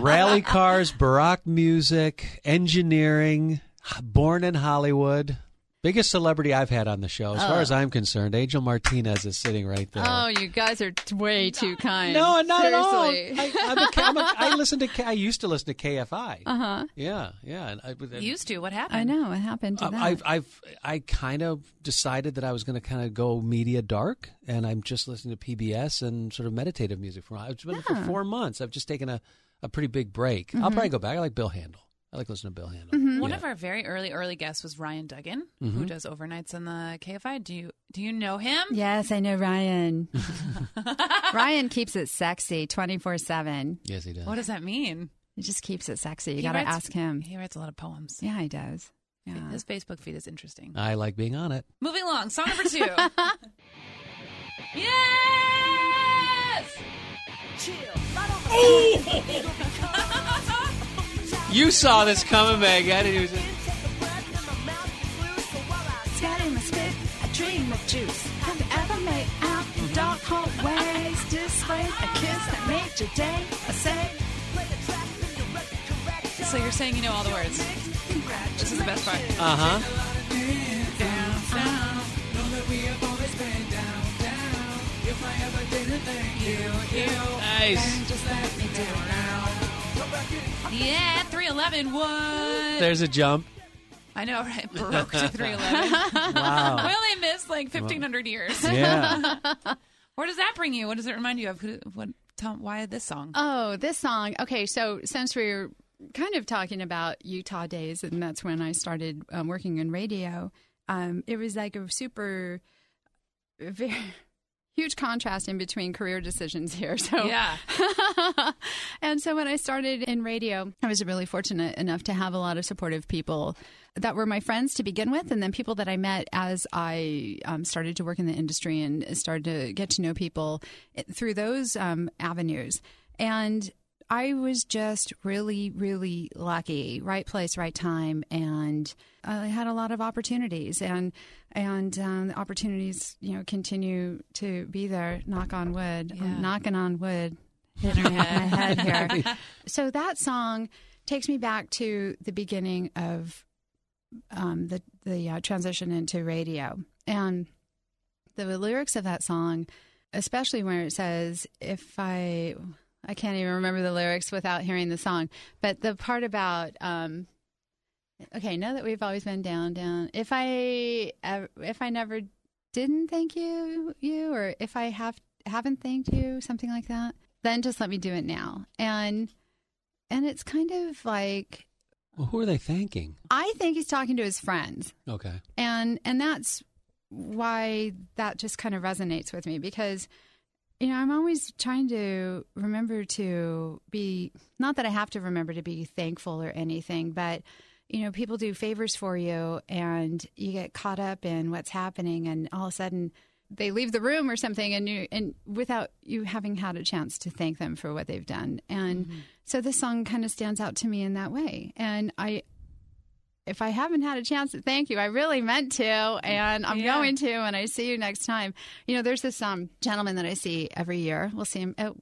Speaker 1: Rally cars, baroque music, engineering, h- born in Hollywood. Biggest celebrity I've had on the show, as far
Speaker 5: Oh.
Speaker 1: as I'm concerned, Angel Martinez is sitting right there.
Speaker 5: oh, you guys are t- way too kind.
Speaker 1: no, not
Speaker 5: Seriously.
Speaker 1: at all. I, I'm a K- I'm a, I listen to. K- I used to listen to KFI.
Speaker 5: Uh huh.
Speaker 1: Yeah, yeah. And I, but- and-
Speaker 2: Used to. What happened?
Speaker 5: I know it happened to
Speaker 1: Um,
Speaker 5: that.
Speaker 1: I've, I've, I kind of decided that I was going to kind of go media dark, and I'm just listening to PBS and sort of meditative music for. I've been for
Speaker 5: Yeah.
Speaker 1: four months. I've just taken a, a pretty big break.
Speaker 5: Mm-hmm.
Speaker 1: I'll probably go back. I like Bill Handel. I like listening to Bill Handel.
Speaker 2: One
Speaker 1: Yeah.
Speaker 2: of our very early early guests was Ryan Duggan, who does overnights on the KFI. Do you do you know him?
Speaker 5: Yes, I know Ryan. Ryan keeps it sexy 24 7.
Speaker 1: yes, he does.
Speaker 2: What does that mean?
Speaker 5: He just keeps it sexy. You
Speaker 2: He
Speaker 5: got to
Speaker 2: writes-
Speaker 5: ask him.
Speaker 2: He writes a lot of poems.
Speaker 5: Yeah, he does. Yeah.
Speaker 2: His Facebook feed is interesting.
Speaker 1: I like being on it.
Speaker 2: Moving along, song number two. yes.
Speaker 1: You saw this coming, Meg. I didn't
Speaker 5: Scatter my spit, I dream of juice. Have you ever made out
Speaker 1: Mhm.
Speaker 5: in dark hallways? Displayed a kiss that made your day. I say,
Speaker 2: So you're saying you know all the words. This is the best part.
Speaker 1: Uh huh. Nice.
Speaker 2: Yeah, 311. What?
Speaker 1: There's a jump.
Speaker 2: I know, right? Baroque to 311.
Speaker 1: Wow.
Speaker 2: we only missed like 1,500 years.
Speaker 1: yeah.
Speaker 2: Where does that bring you? What does it remind you of? Who, what? Tell, why this song?
Speaker 5: Oh, this song. Okay, so since we are kind of talking about Utah days, and that's when I started um, working in radio, um, it was like a super, very huge contrast in between career decisions here. So
Speaker 2: Yeah.
Speaker 5: and so when I started in radio, I was really fortunate enough to have a lot of supportive people that were my friends to begin with, and then people that I met as I um, started to work in the industry and started to get to know people eh, through those um, avenues. And I was just really, really lucky. Right place, right time, and I had a lot of opportunities, and and um, the opportunities, you know, continue to be there. Knock on wood. I'm
Speaker 2: Yeah.
Speaker 5: knocking on wood. Hitting my head here. So that song takes me back to the beginning of um, the the uh, transition into radio, and the lyrics of that song, especially where it says, "If I." I can't even remember the lyrics without hearing the song. But the part about um, okay, now that we've always been down, down. If I ev- if I never didn't thank you, you, or if I have haven't thanked you, something like that, then just let me do it now. And And it's kind of like
Speaker 1: Well, who are they thanking?
Speaker 5: I think he's talking to his friends.
Speaker 1: Okay.
Speaker 5: And and that's why that just kind of resonates with me because you know, I'm always trying to remember to be not that I have to remember to be thankful or anything, but you know, people do favors for you and you get caught up in what's happening and all of a sudden they leave the room or something and you and without you having had a chance to thank them for what they've done. And so this song kind of stands out to me in that way. And I if I haven't had a chance to thank you, I really meant to, and I'm
Speaker 2: Yeah.
Speaker 5: going to, and I see you next time. You know, there's this um, gentleman that I see every year. We'll see him. Uh,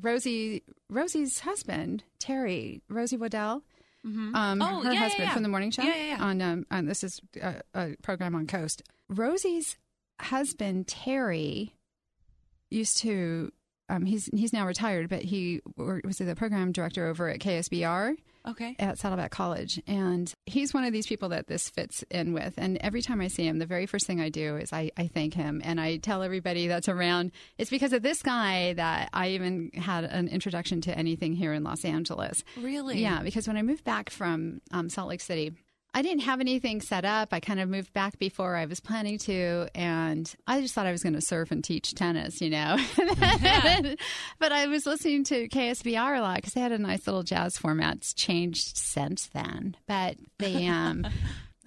Speaker 5: Rosie, Rosie's husband, Terry, Rosie Waddell, um,
Speaker 2: Oh,
Speaker 5: her
Speaker 2: yeah, yeah,
Speaker 5: husband
Speaker 2: yeah.
Speaker 5: from the morning show.
Speaker 2: Yeah, yeah, yeah.
Speaker 5: On, um, on this is uh, a program on Coast. Rosie's husband, Terry, used to. Um, he's he's now retired, but he wor- was the program director over at KSBR
Speaker 2: Okay.
Speaker 5: at Saddleback College. And he's one of these people that this fits in with. And every time I see him, the very first thing I do is I, I thank him and I tell everybody that's around. It's because of this guy that I even had an introduction to anything here in Los Angeles.
Speaker 2: Really?
Speaker 5: Yeah, because when I moved back from um, Salt Lake City, I didn't have anything set up. I kind of moved back before I was planning to, and I just thought I was going to surf and teach tennis, you know. but I was listening to KSBR a lot because they had a nice little jazz format. It's changed since then, but they um.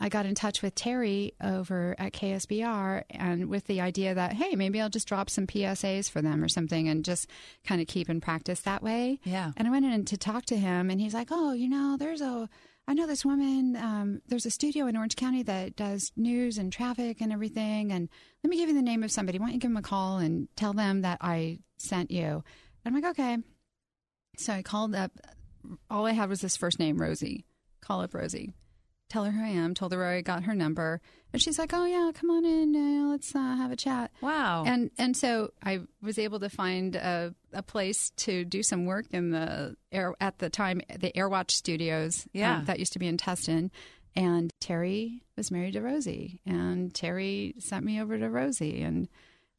Speaker 5: I got in touch with Terry over at KSBR and with the idea that, hey, maybe I'll just drop some PSAs for them or something and just kind of keep in practice that way.
Speaker 2: Yeah.
Speaker 5: And I went in to talk to him, and he's like, "Oh, you know, there's a, I know this woman. Um, there's a studio in Orange County that does news and traffic and everything. And let me give you the name of somebody. Why don't you give them a call and tell them that I sent you?" And I'm like, "Okay." So I called up. All I had was this first name, Rosie. Call up Rosie. Tell her who I am. Told her where I got her number, and she's like, "Oh yeah, come on in. Uh, let's uh, have a chat."
Speaker 2: Wow.
Speaker 5: And and so I was able to find a, a place to do some work in the air at the time the Airwatch Studios uh,
Speaker 2: Yeah.
Speaker 5: that used to be in Tustin. And Terry was married to Rosie, and Terry sent me over to Rosie, and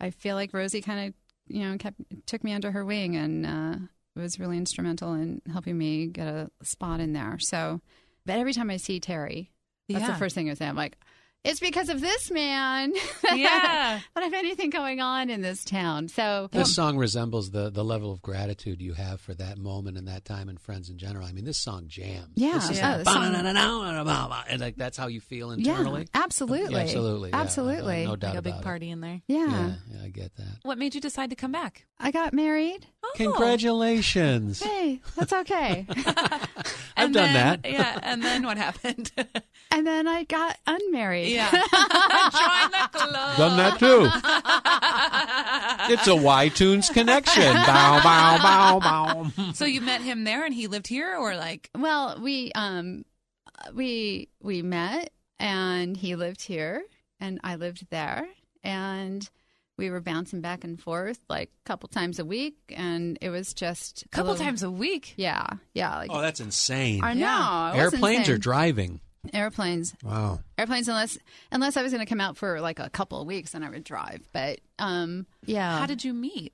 Speaker 5: I feel like Rosie kind of you know kept took me under her wing and uh, was really instrumental in helping me get a spot in there. So, but every time I see Terry, that's
Speaker 2: Yeah.
Speaker 5: the first thing I say. I'm like, it's because of this man.
Speaker 2: Yeah.
Speaker 5: But have anything going on in this town. So
Speaker 1: This song resembles the, the level of gratitude you have for that moment and that time and friends in general. I mean, this song jams.
Speaker 5: Yeah.
Speaker 1: This is
Speaker 5: Yeah,
Speaker 1: like,
Speaker 5: the song-
Speaker 1: "Ba-na-na-na-na-na-na-na-na," and like that's how you feel internally.
Speaker 5: yeah, absolutely,
Speaker 1: Yeah, absolutely, yeah.
Speaker 5: absolutely.
Speaker 1: Uh, no doubt
Speaker 2: like a big
Speaker 1: about it.
Speaker 2: party in there.
Speaker 5: Yeah.
Speaker 1: Yeah, yeah, I get that.
Speaker 2: What made you decide to come back?
Speaker 5: I got married.
Speaker 2: Oh.
Speaker 1: Congratulations!
Speaker 5: Hey, that's okay.
Speaker 1: I've
Speaker 2: And
Speaker 1: done
Speaker 2: then-
Speaker 1: that.
Speaker 2: Yeah. And then what happened?
Speaker 5: and then I got unmarried.
Speaker 2: yeah. Join the club.
Speaker 1: Done that too. it's a Y Tunes connection. Bow, bow, bow, bow.
Speaker 2: So you met him there and he lived here or like,
Speaker 5: Well, we um, we we met, and he lived here, and I lived there, and we were bouncing back and forth like a couple times a week, and it was just
Speaker 2: couple
Speaker 5: little-
Speaker 2: times a week.
Speaker 5: Yeah, yeah. Like,
Speaker 1: Oh, that's insane.
Speaker 5: I know.
Speaker 2: Yeah.
Speaker 5: it was
Speaker 1: Airplanes
Speaker 5: insane.
Speaker 1: are driving.
Speaker 5: airplanes.
Speaker 1: Wow.
Speaker 5: airplanes unless unless I was going to come out for like a couple of weeks and I would drive. But um, yeah,
Speaker 2: How did you meet?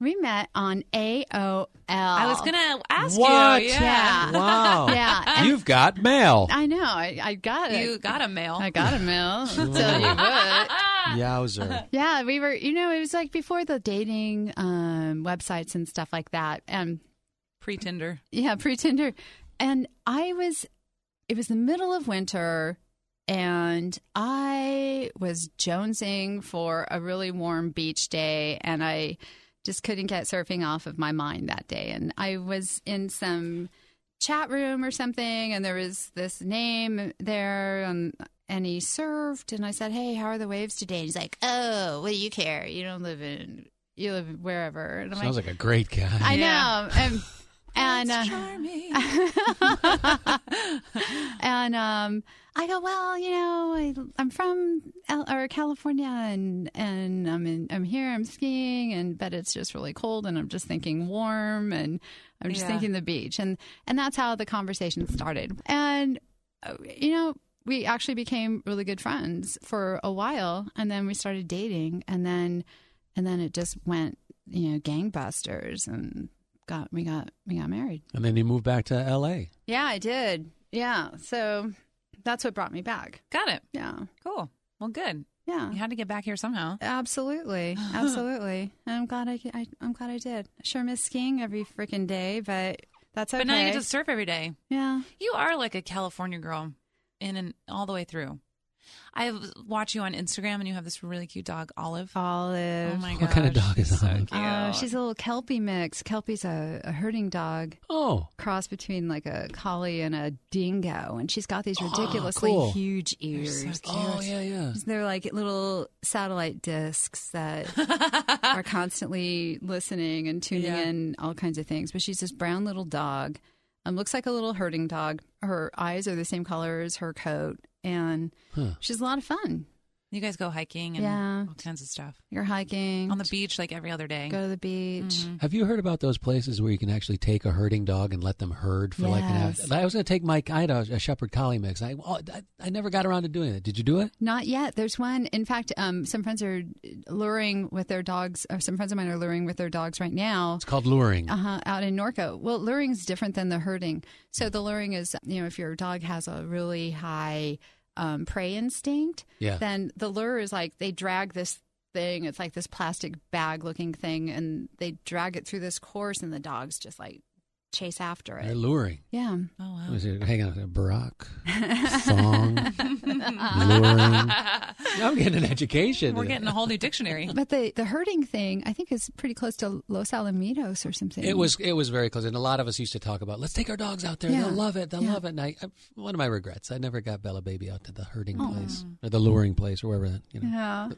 Speaker 5: we met on AOL?
Speaker 2: I was going to ask
Speaker 1: What?
Speaker 2: you.
Speaker 5: yeah,
Speaker 1: Wow.
Speaker 5: Yeah.
Speaker 1: You've got mail.
Speaker 5: I know. I, I got it.
Speaker 2: You got a mail.
Speaker 5: I got a mail. so you would.
Speaker 1: Yowzer.
Speaker 5: Yeah, we were. You know, it was like before the dating um, websites and stuff like that. And
Speaker 2: Pre Tinder.
Speaker 5: Yeah, pre Tinder. And I was, it was the middle of winter, and I was jonesing for a really warm beach day, and I just couldn't get surfing off of my mind that day. And I was in some chat room or something, and there was this name there, and, and he surfed, and I said, "Hey, how are the waves today?" And he's like, "Oh, what do you care? You don't live in." You live wherever. And I'm
Speaker 1: Sounds like a great guy.
Speaker 5: I
Speaker 2: Yeah.
Speaker 5: know. And, and
Speaker 2: That's
Speaker 5: uh,
Speaker 2: charming.
Speaker 5: and um, I go, well, you know, I, I'm from L- or California, and and I'm in, I'm here, I'm skiing, and but it's just really cold, and I'm just thinking warm, and I'm just
Speaker 2: Yeah.
Speaker 5: thinking the beach, and and that's how the conversation started, and uh, you know. We actually became really good friends for a while, and then we started dating, and then, and then it just went, you know, gangbusters, and got we got we got married.
Speaker 1: And then you moved back to L.A.
Speaker 5: Yeah, I did. Yeah, so that's what brought me back.
Speaker 2: Got it.
Speaker 5: Yeah,
Speaker 2: Cool. Well, good.
Speaker 5: yeah,
Speaker 2: You had to get back here somehow.
Speaker 5: absolutely, absolutely. And I'm glad I, I I'm glad I did. I sure miss skiing every freaking day, but that's okay.
Speaker 2: But now you get to surf every day.
Speaker 5: yeah.
Speaker 2: You are like a California girl, in and all the way through. I watch you on Instagram, and you have this really cute dog, Olive.
Speaker 5: Olive.
Speaker 2: Oh my gosh!
Speaker 1: What kind of dog is
Speaker 2: she's so
Speaker 1: Olive?
Speaker 2: Cute.
Speaker 5: Oh, she's a little Kelpie mix. Kelpie's a, a herding dog,
Speaker 1: Oh,
Speaker 5: cross between like a collie and a dingo, and she's got these ridiculously
Speaker 1: cool.
Speaker 5: huge ears.
Speaker 2: so
Speaker 1: oh yeah, yeah.
Speaker 5: They're like little satellite discs that are constantly listening and tuning
Speaker 2: Yeah.
Speaker 5: in all kinds of things. But she's this brown little dog. Um, looks like a little herding dog. Her eyes are the same color as her coat, and
Speaker 1: Huh.
Speaker 5: she's a lot of fun.
Speaker 2: You guys go hiking and
Speaker 5: Yeah.
Speaker 2: all kinds of stuff
Speaker 5: You're hiking
Speaker 2: on the beach, Mm-hmm. like every other day.
Speaker 5: Go to the beach.
Speaker 1: Have you heard about those places where you can actually take a herding dog and let them herd for like an
Speaker 5: Yes.
Speaker 1: hour? I was going to take my, I had a, a shepherd collie mix. I, oh, I, I never got around to doing it. Did you do it?
Speaker 5: Not yet. There's one. In fact, um, some friends are luring with their dogs, or some friends of mine are luring with their dogs right now.
Speaker 1: It's called luring.
Speaker 5: Uh-huh, out in Norco. Well, luring's different than the herding. So the luring is, you know, if your dog has a really high um, prey instinct,
Speaker 1: Yeah.
Speaker 5: then the lure is like they drag this thing. It's like this plastic bag looking thing, and they drag it through this course, and the dogs just like chase after
Speaker 1: They're
Speaker 5: it.
Speaker 1: luring.
Speaker 5: Yeah.
Speaker 2: Oh wow!
Speaker 1: What Was it, hang on, Barack, thong, luring. I'm getting an education.
Speaker 2: We're getting a whole new dictionary.
Speaker 5: But the, the herding thing, I think, is pretty close to Los Alamitos or something.
Speaker 1: It was it was very close, and a lot of us used to talk about. Let's take our dogs out there;
Speaker 5: Yeah.
Speaker 1: they'll love it. They'll
Speaker 5: Yeah.
Speaker 1: love it. And I, I, one of my regrets, I never got Bella Baby out to the herding place or the luring place or wherever. that You know.
Speaker 5: Oh. Yeah.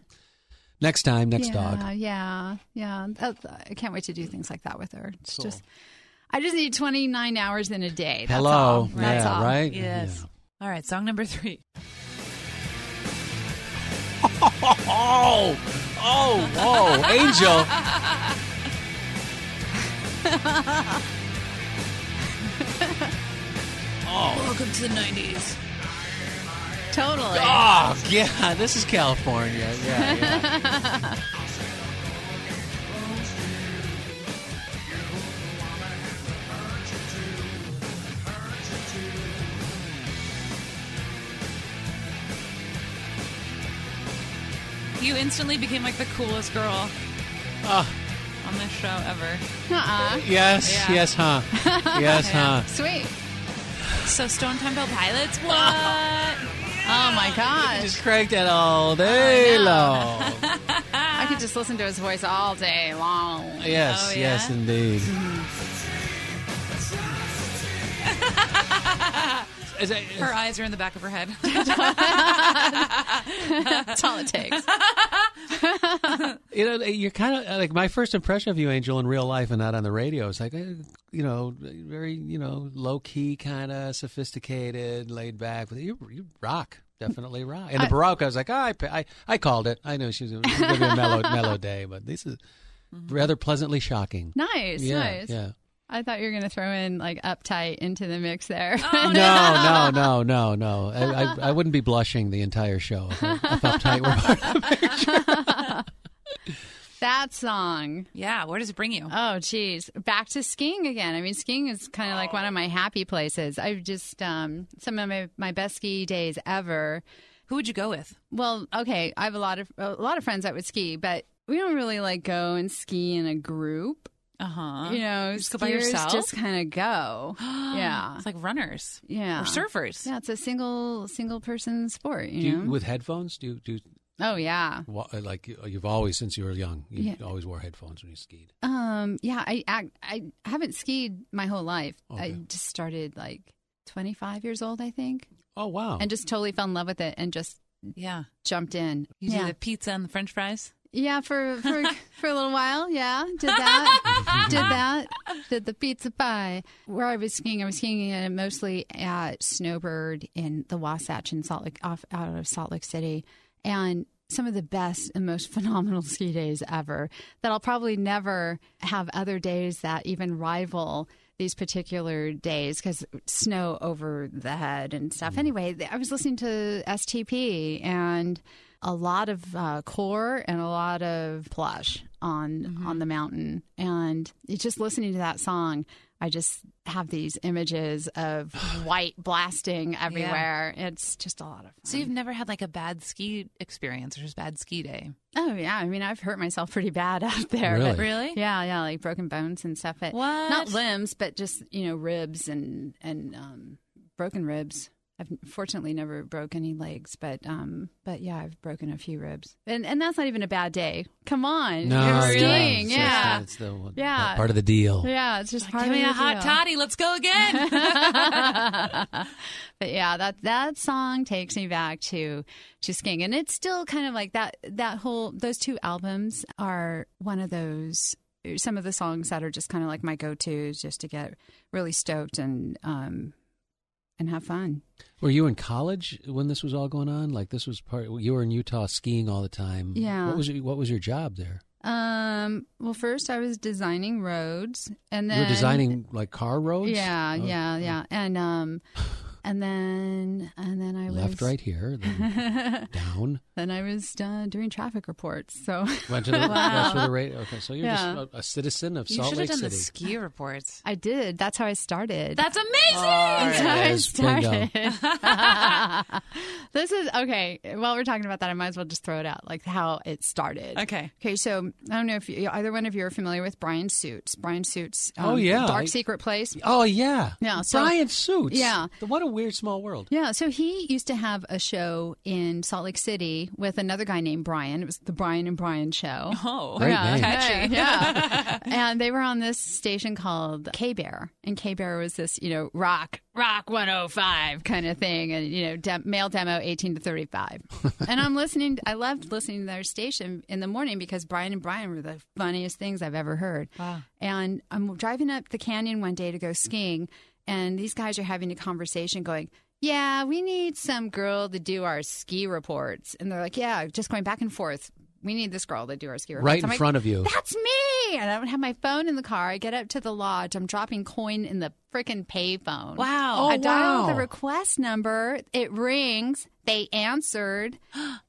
Speaker 1: Next time, next
Speaker 5: yeah,
Speaker 1: dog.
Speaker 5: Yeah, yeah. That- I can't wait to do things like that with her. It's just, I just need 29 hours in a day. That's
Speaker 1: Hello,
Speaker 5: all.
Speaker 1: yeah,
Speaker 5: That's all.
Speaker 1: right?
Speaker 2: Oh, Yes. All right, song number three.
Speaker 1: Oh, oh, oh, Angel.
Speaker 2: Welcome to the '90s.
Speaker 5: Totally.
Speaker 1: Oh, yeah, this is California. Yeah, yeah.
Speaker 2: You instantly became like the coolest girl Ah. on this show ever.
Speaker 5: Uh-uh.
Speaker 1: yes,
Speaker 2: Yeah.
Speaker 1: yes, huh? Yes, huh?
Speaker 5: Sweet.
Speaker 2: So Stone Temple Pilots, what?
Speaker 5: Oh my gosh.
Speaker 1: Just crank that all day
Speaker 5: Oh, I know.
Speaker 1: long.
Speaker 5: I could just listen to his voice all day long.
Speaker 1: Yes,
Speaker 2: Oh, yeah?
Speaker 1: yes, indeed. Is that-
Speaker 2: her eyes are in the back of her head.
Speaker 5: That's all it takes.
Speaker 1: you know, you're kind of like my first impression of you, Angel, in real life and not on the radio. It's like, eh, you know, very, you know, low key, kind of sophisticated, laid back. But you, you rock, definitely rock. And the Baroque, I was like, oh, I, I, I called it. I knew she was going to be a mellow, mellow day, but this is rather pleasantly shocking.
Speaker 5: Nice,
Speaker 1: yeah,
Speaker 5: nice.
Speaker 1: yeah.
Speaker 5: I thought you were going to throw in like uptight into the mix there.
Speaker 2: Oh.
Speaker 1: No, no, no, no, no. I, I, I wouldn't be blushing the entire show if, if uptight were part of it.
Speaker 5: that song.
Speaker 2: yeah, where does it bring you?
Speaker 5: Oh, geez. Back to skiing again. I mean, skiing is kind of like one of my happy places. I've just, um, some of my, my best ski days ever.
Speaker 2: Who would you go with?
Speaker 5: Well, okay. I have a lot of, a lot of friends that would ski, but we don't really like go and ski in a group.
Speaker 2: Uh huh.
Speaker 5: You know,
Speaker 2: just go by
Speaker 5: skiers
Speaker 2: yourself?
Speaker 5: Just kind of go. yeah.
Speaker 2: It's like runners
Speaker 5: Yeah.
Speaker 2: or surfers.
Speaker 5: Yeah. It's a single, single person sport,
Speaker 1: Do
Speaker 5: you
Speaker 1: you,
Speaker 5: know?
Speaker 1: with headphones, do you, do you
Speaker 5: oh, yeah.
Speaker 1: Wa- uh, like you- you've always since you were young you
Speaker 5: Yeah.
Speaker 1: always wore headphones when you skied
Speaker 5: Um, yeah. I, I, I haven't skied my whole life. I
Speaker 1: Okay.
Speaker 5: just started like 25 years old, I think.
Speaker 1: oh wow
Speaker 5: and just totally fell in love with it and just
Speaker 2: Yeah.
Speaker 5: jumped in.
Speaker 2: You do
Speaker 5: yeah.
Speaker 2: the pizza and the French fries.
Speaker 5: yeah, for for for a little while, yeah, did that, did that, did the pizza pie. Where I was skiing, I was skiing at- mostly at Snowbird in the Wasatch in Salt Lake, off out of Salt Lake City, and some of the best and most phenomenal ski days ever. That I'll probably never have other days that even rival these particular days because snow over the head and stuff. Anyway, th- I was listening to STP and a lot of uh, core and a lot of plush on on the mountain. And it's just listening to that song, I just have these images of white blasting everywhere. It's just a lot of fun.
Speaker 2: So you've never had like a bad ski experience or just bad ski day?
Speaker 5: Oh yeah, I mean I've hurt myself pretty bad out there. But
Speaker 1: Really?
Speaker 2: Really?
Speaker 5: Yeah, yeah, like broken bones and stuff. But
Speaker 2: What?
Speaker 5: Not limbs, but just you know ribs and and um, broken ribs. I've fortunately never broke any legs, but um, but yeah, I've broken a few ribs, and and that's not even a bad day. Come on, you're
Speaker 1: yeah,
Speaker 5: skiing,
Speaker 1: it's just-
Speaker 5: yeah,
Speaker 1: it's the one-
Speaker 5: Yeah.
Speaker 1: part of the deal.
Speaker 5: yeah. It's just part
Speaker 2: Give
Speaker 5: of
Speaker 2: me
Speaker 5: the
Speaker 2: a hot
Speaker 5: deal.
Speaker 2: toddy. Let's go again.
Speaker 5: but yeah, that that song takes me back to to skiing, and it's still kind of like that. That whole those two albums are one of those some of the songs that are just kind of like my go tos, just to get really stoked and um and have fun.
Speaker 1: Were you in college when this was all going on? Like this was part. You were in Utah skiing all the time.
Speaker 5: Yeah.
Speaker 1: What was your, what was your job there?
Speaker 5: Um, well, first I was designing roads, and then
Speaker 1: you were designing like car roads.
Speaker 5: Yeah,
Speaker 1: Oh,
Speaker 5: yeah, yeah, and um, and then and then I
Speaker 1: Left,
Speaker 5: was
Speaker 1: right here, then down.
Speaker 5: Then I was uh, doing traffic reports, so.
Speaker 1: Went to the that's where the radio. Okay, so you're
Speaker 5: Yeah.
Speaker 1: just a, a citizen of
Speaker 2: you
Speaker 1: Salt
Speaker 2: should
Speaker 1: Lake
Speaker 2: have done
Speaker 1: City.
Speaker 2: the ski reports.
Speaker 5: I did. That's how I started.
Speaker 2: That's amazing.
Speaker 5: That's how I
Speaker 1: Yes, bingo.
Speaker 5: started. this is okay. While we're talking about that, I might as well just throw it out, like how it started.
Speaker 2: Okay.
Speaker 5: Okay, so I don't know if you, either one of you are familiar with Brian Suits. Brian Suits. um,
Speaker 1: Oh, yeah.
Speaker 5: Dark
Speaker 1: I-
Speaker 5: Secret Place.
Speaker 1: Oh yeah,
Speaker 5: Yeah, so-
Speaker 1: Brian Suits.
Speaker 5: Yeah.
Speaker 1: what a weird small world.
Speaker 5: Yeah, so he used to have a show in Salt Lake City with another guy named Brian. It was the Brian and Brian show.
Speaker 1: Uh-huh.
Speaker 2: Oh,
Speaker 1: Great name.
Speaker 2: catchy.
Speaker 5: Yeah. and they were on this station called K Bear. And K Bear was this, you know, rock, rock 105 kind of thing. And, you know, de- male demo 18 to 35. and I'm listening, I loved listening to their station in the morning because Brian and Brian were the funniest things I've ever heard. Wow. And I'm driving up the canyon one day to go skiing. And these guys are having a conversation going, yeah, we need some girl to do our ski reports. And they're like, yeah, just going back and forth. We need this girl to do our ski reports.
Speaker 1: Right
Speaker 5: I'm
Speaker 1: in
Speaker 5: like,
Speaker 1: front of you.
Speaker 5: that's me. And I don't have my phone in the car. I get up to the lodge. I'm dropping coin in the freaking payphone.
Speaker 2: Wow.
Speaker 1: Oh,
Speaker 5: I dial
Speaker 1: wow.
Speaker 5: the request number. It rings. They answered.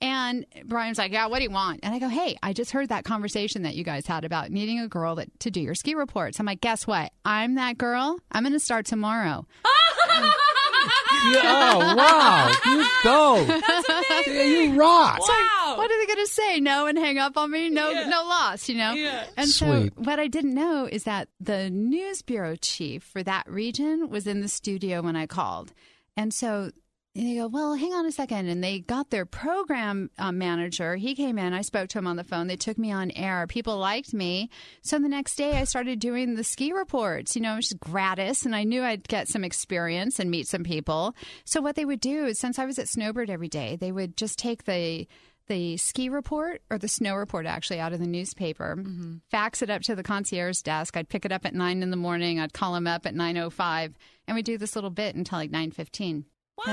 Speaker 5: And Brian's like, Yeah, what do you want? And I go, Hey, I just heard that conversation that you guys had about needing a girl that, to do your ski reports. I'm like, Guess what? I'm that girl. I'm going to start tomorrow.
Speaker 1: Yeah, oh wow, you go. Yeah, you rock.
Speaker 2: Wow.
Speaker 5: what are they going to say? No and hang up on me? No, no loss, you know? And
Speaker 1: Sweet.
Speaker 5: so what I didn't know is that the news bureau chief for that region was in the studio when I called. And so they go, well, hang on a second. And they got their program uh, manager. He came in. I spoke to him on the phone. They took me on air. People liked me. So the next day, I started doing the ski reports. You know, it was just gratis. And I knew I'd get some experience and meet some people. So what they would do is, since I was at Snowbird every day, they would just take the the ski report or the snow report actually out of the newspaper fax it up to the concierge desk i'd pick it up at 9 in the morning i'd call him up at 9.05 and we'd do this little bit until like 9.15 and-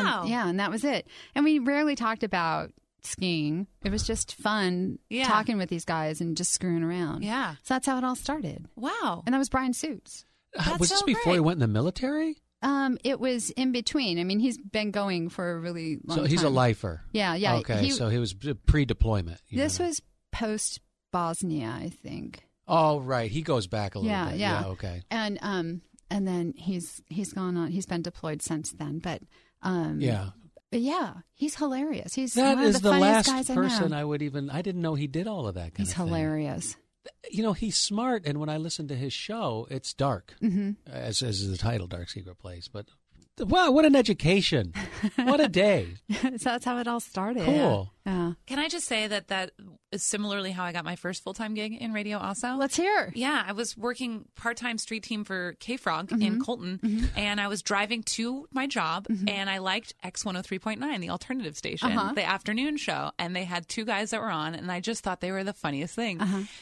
Speaker 2: Wow.
Speaker 5: yeah, and that was it. And we rarely talked about skiing. It was just fun
Speaker 2: Yeah.
Speaker 5: talking with these guys and just screwing around.
Speaker 2: Yeah.
Speaker 5: So that's how it all started.
Speaker 2: Wow.
Speaker 5: And that was Brian Suits.
Speaker 1: Uh, was
Speaker 2: That's
Speaker 1: this
Speaker 2: so
Speaker 1: before he
Speaker 2: great.
Speaker 1: went in the military?
Speaker 5: Um, it was in between. I mean, he's been going for a really long
Speaker 1: so
Speaker 5: time.
Speaker 1: he's a lifer.
Speaker 5: Yeah, yeah.
Speaker 1: Okay,
Speaker 5: He-
Speaker 1: so he was pre-deployment. you
Speaker 5: This
Speaker 1: know.
Speaker 5: was post Bosnia, I think.
Speaker 1: Oh right, he goes back a little
Speaker 5: Yeah,
Speaker 1: bit.
Speaker 5: yeah.
Speaker 1: okay.
Speaker 5: And um and then he's he's gone on he's been deployed since then. But um
Speaker 1: Yeah.
Speaker 5: but yeah, he's hilarious. He's
Speaker 1: That
Speaker 5: one of
Speaker 1: is
Speaker 5: the,
Speaker 1: the,
Speaker 5: funniest
Speaker 1: last
Speaker 5: guys
Speaker 1: person
Speaker 5: I know.
Speaker 1: I would even I didn't know he did all of that kind
Speaker 5: he's
Speaker 1: of thing.
Speaker 5: hilarious.
Speaker 1: You know, he's smart and when I listen to his show, it's dark. Mm-hmm. As as the title Dark Secret plays, but wow, what an education. what a day.
Speaker 5: so that's how it all started.
Speaker 1: Cool.
Speaker 5: Yeah.
Speaker 2: Can I just say that that is similarly how I got my first full time gig in radio also?
Speaker 5: Let's hear.
Speaker 2: Yeah, I was working part time street team for K Frog in Colton, and I was driving to my job, and I liked X one hundred three point nine, the alternative station, the afternoon show, and they had two guys that were on, and I just thought they were the funniest thing,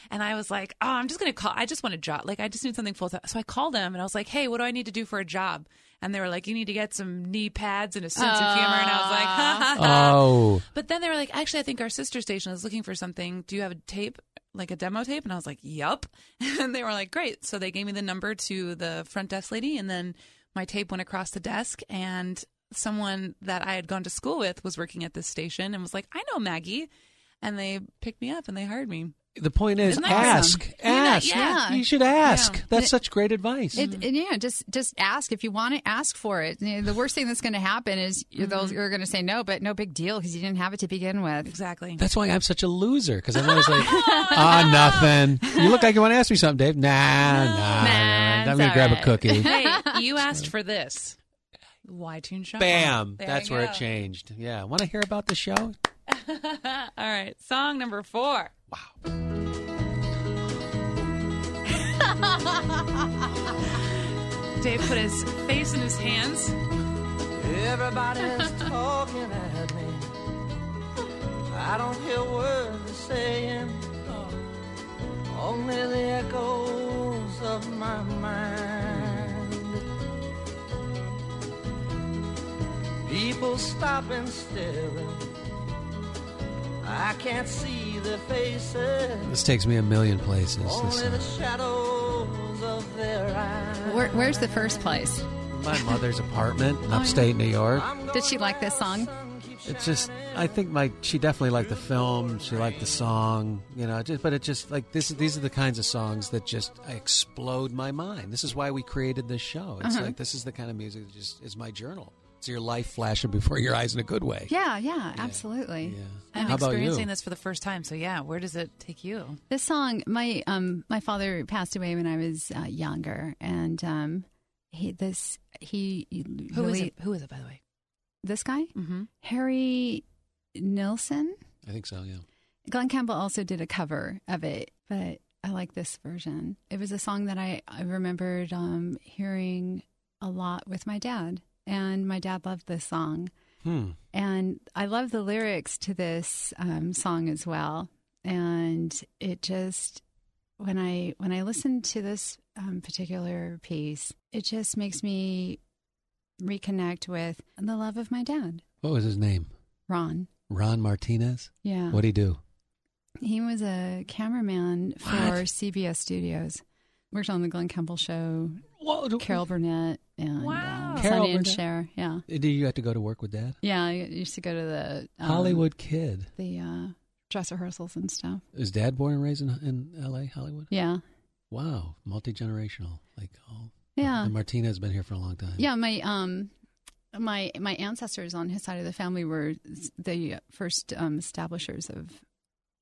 Speaker 2: and I was like, oh, I'm just gonna call. I just want a job. Like I just need something full time. So I called them, and I was like, hey, what do I need to do for a job? And they were like, you need to get some knee pads and a sense of humor, and I was like, ha ha ha.
Speaker 1: Oh.
Speaker 2: But then they were like, actually, I think our sister station is looking for something. Do you have a tape, like a demo tape? And I was like, yup. And they were like, great. So they gave me the number to the front desk lady, and then my tape went across the desk, and someone that I had gone to school with was working at this station and was like, I know Maggie. And they picked me up and they hired me.
Speaker 1: The point is,
Speaker 2: Isn't that
Speaker 1: ask,
Speaker 2: awesome? Isn't that-
Speaker 1: ask.
Speaker 2: yeah.
Speaker 1: You should ask.
Speaker 2: Yeah.
Speaker 1: That's such great advice.
Speaker 5: It, and yeah, just just ask if you want to ask for it. You know, the worst thing that's going to happen is you're, they'll- you're going to say no, but no big deal because you didn't have it to begin with.
Speaker 2: Exactly.
Speaker 1: That's why I'm such a loser because I'm always like, ah, nothing. You look like you want to ask me something, Dave. Nah, nah.
Speaker 5: Nah,
Speaker 1: I'm
Speaker 5: it's
Speaker 1: gonna
Speaker 5: all
Speaker 1: grab a
Speaker 5: right.
Speaker 1: cookie.
Speaker 2: hey, you asked for this. Why tune shop?
Speaker 1: Bam.
Speaker 2: There
Speaker 1: That's
Speaker 2: you
Speaker 1: where it
Speaker 2: go.
Speaker 1: changed. Yeah. Want to hear about the show?
Speaker 2: All right, song number four.
Speaker 1: Wow.
Speaker 2: Dave put his face in his hands.
Speaker 6: Everybody's talking at me. I don't hear words they're saying. Only the echoes of my mind. People stop and stare. I can't see their faces.
Speaker 1: This takes me a million places. This
Speaker 6: Only the
Speaker 1: song.
Speaker 6: shadows of their eyes.
Speaker 5: Where, where's the first place?
Speaker 1: My mother's apartment in upstate New York.
Speaker 5: Did she like this song?
Speaker 1: It's just, I think my she definitely liked the film. She liked the song, you know. Just, but it just like this. These are the kinds of songs that just explode my mind. This is why we created this show. It's like this is the kind of music that just is my journal. It's your life flashing before your eyes in a good way.
Speaker 5: Yeah, yeah, absolutely.
Speaker 1: Yeah.
Speaker 2: I'm
Speaker 1: How about
Speaker 2: experiencing
Speaker 1: you?
Speaker 2: this for the first time, so yeah, where does it take you?
Speaker 5: This song, my um, my father passed away when I was uh, younger, and um, he this he
Speaker 2: Who is
Speaker 5: really-
Speaker 2: it? Who is it, by the way?
Speaker 5: This guy,
Speaker 2: Mm-hmm.
Speaker 5: Harry Nilsson.
Speaker 1: I think so. Yeah.
Speaker 5: Glenn Campbell also did a cover of it, but I like this version. It was a song that I, I remembered um, hearing a lot with my dad, and my dad loved this song.
Speaker 1: Hmm.
Speaker 5: And I love the lyrics to this um, song as well. And it just when I when I listen to this um, particular piece, it just makes me reconnect with the love of my dad,
Speaker 1: What was his name?
Speaker 5: Ron.
Speaker 1: Ron Martinez.
Speaker 5: Yeah.
Speaker 1: What would he do?
Speaker 5: He was a cameraman for
Speaker 1: What?
Speaker 5: CBS Studios. Worked on the Glenn Campbell show,
Speaker 1: Whoa, do-
Speaker 5: Carol Burnett, and
Speaker 2: Wow.
Speaker 5: um,
Speaker 1: Carol
Speaker 5: Sonny and
Speaker 1: Burnett.
Speaker 5: Cher. Yeah,
Speaker 1: Do you have to go to work with Dad?
Speaker 5: yeah. I used to go to the um,
Speaker 1: Hollywood kid.
Speaker 5: the uh, dress rehearsals and stuff.
Speaker 1: Is Dad born and raised in, in L.A. Hollywood?
Speaker 5: Yeah,
Speaker 1: Wow, multi generational. Like all.
Speaker 5: yeah,
Speaker 1: And Martina has been here for a long time.
Speaker 5: yeah. My um, my my ancestors on his side of the family were s- the first um, establishers of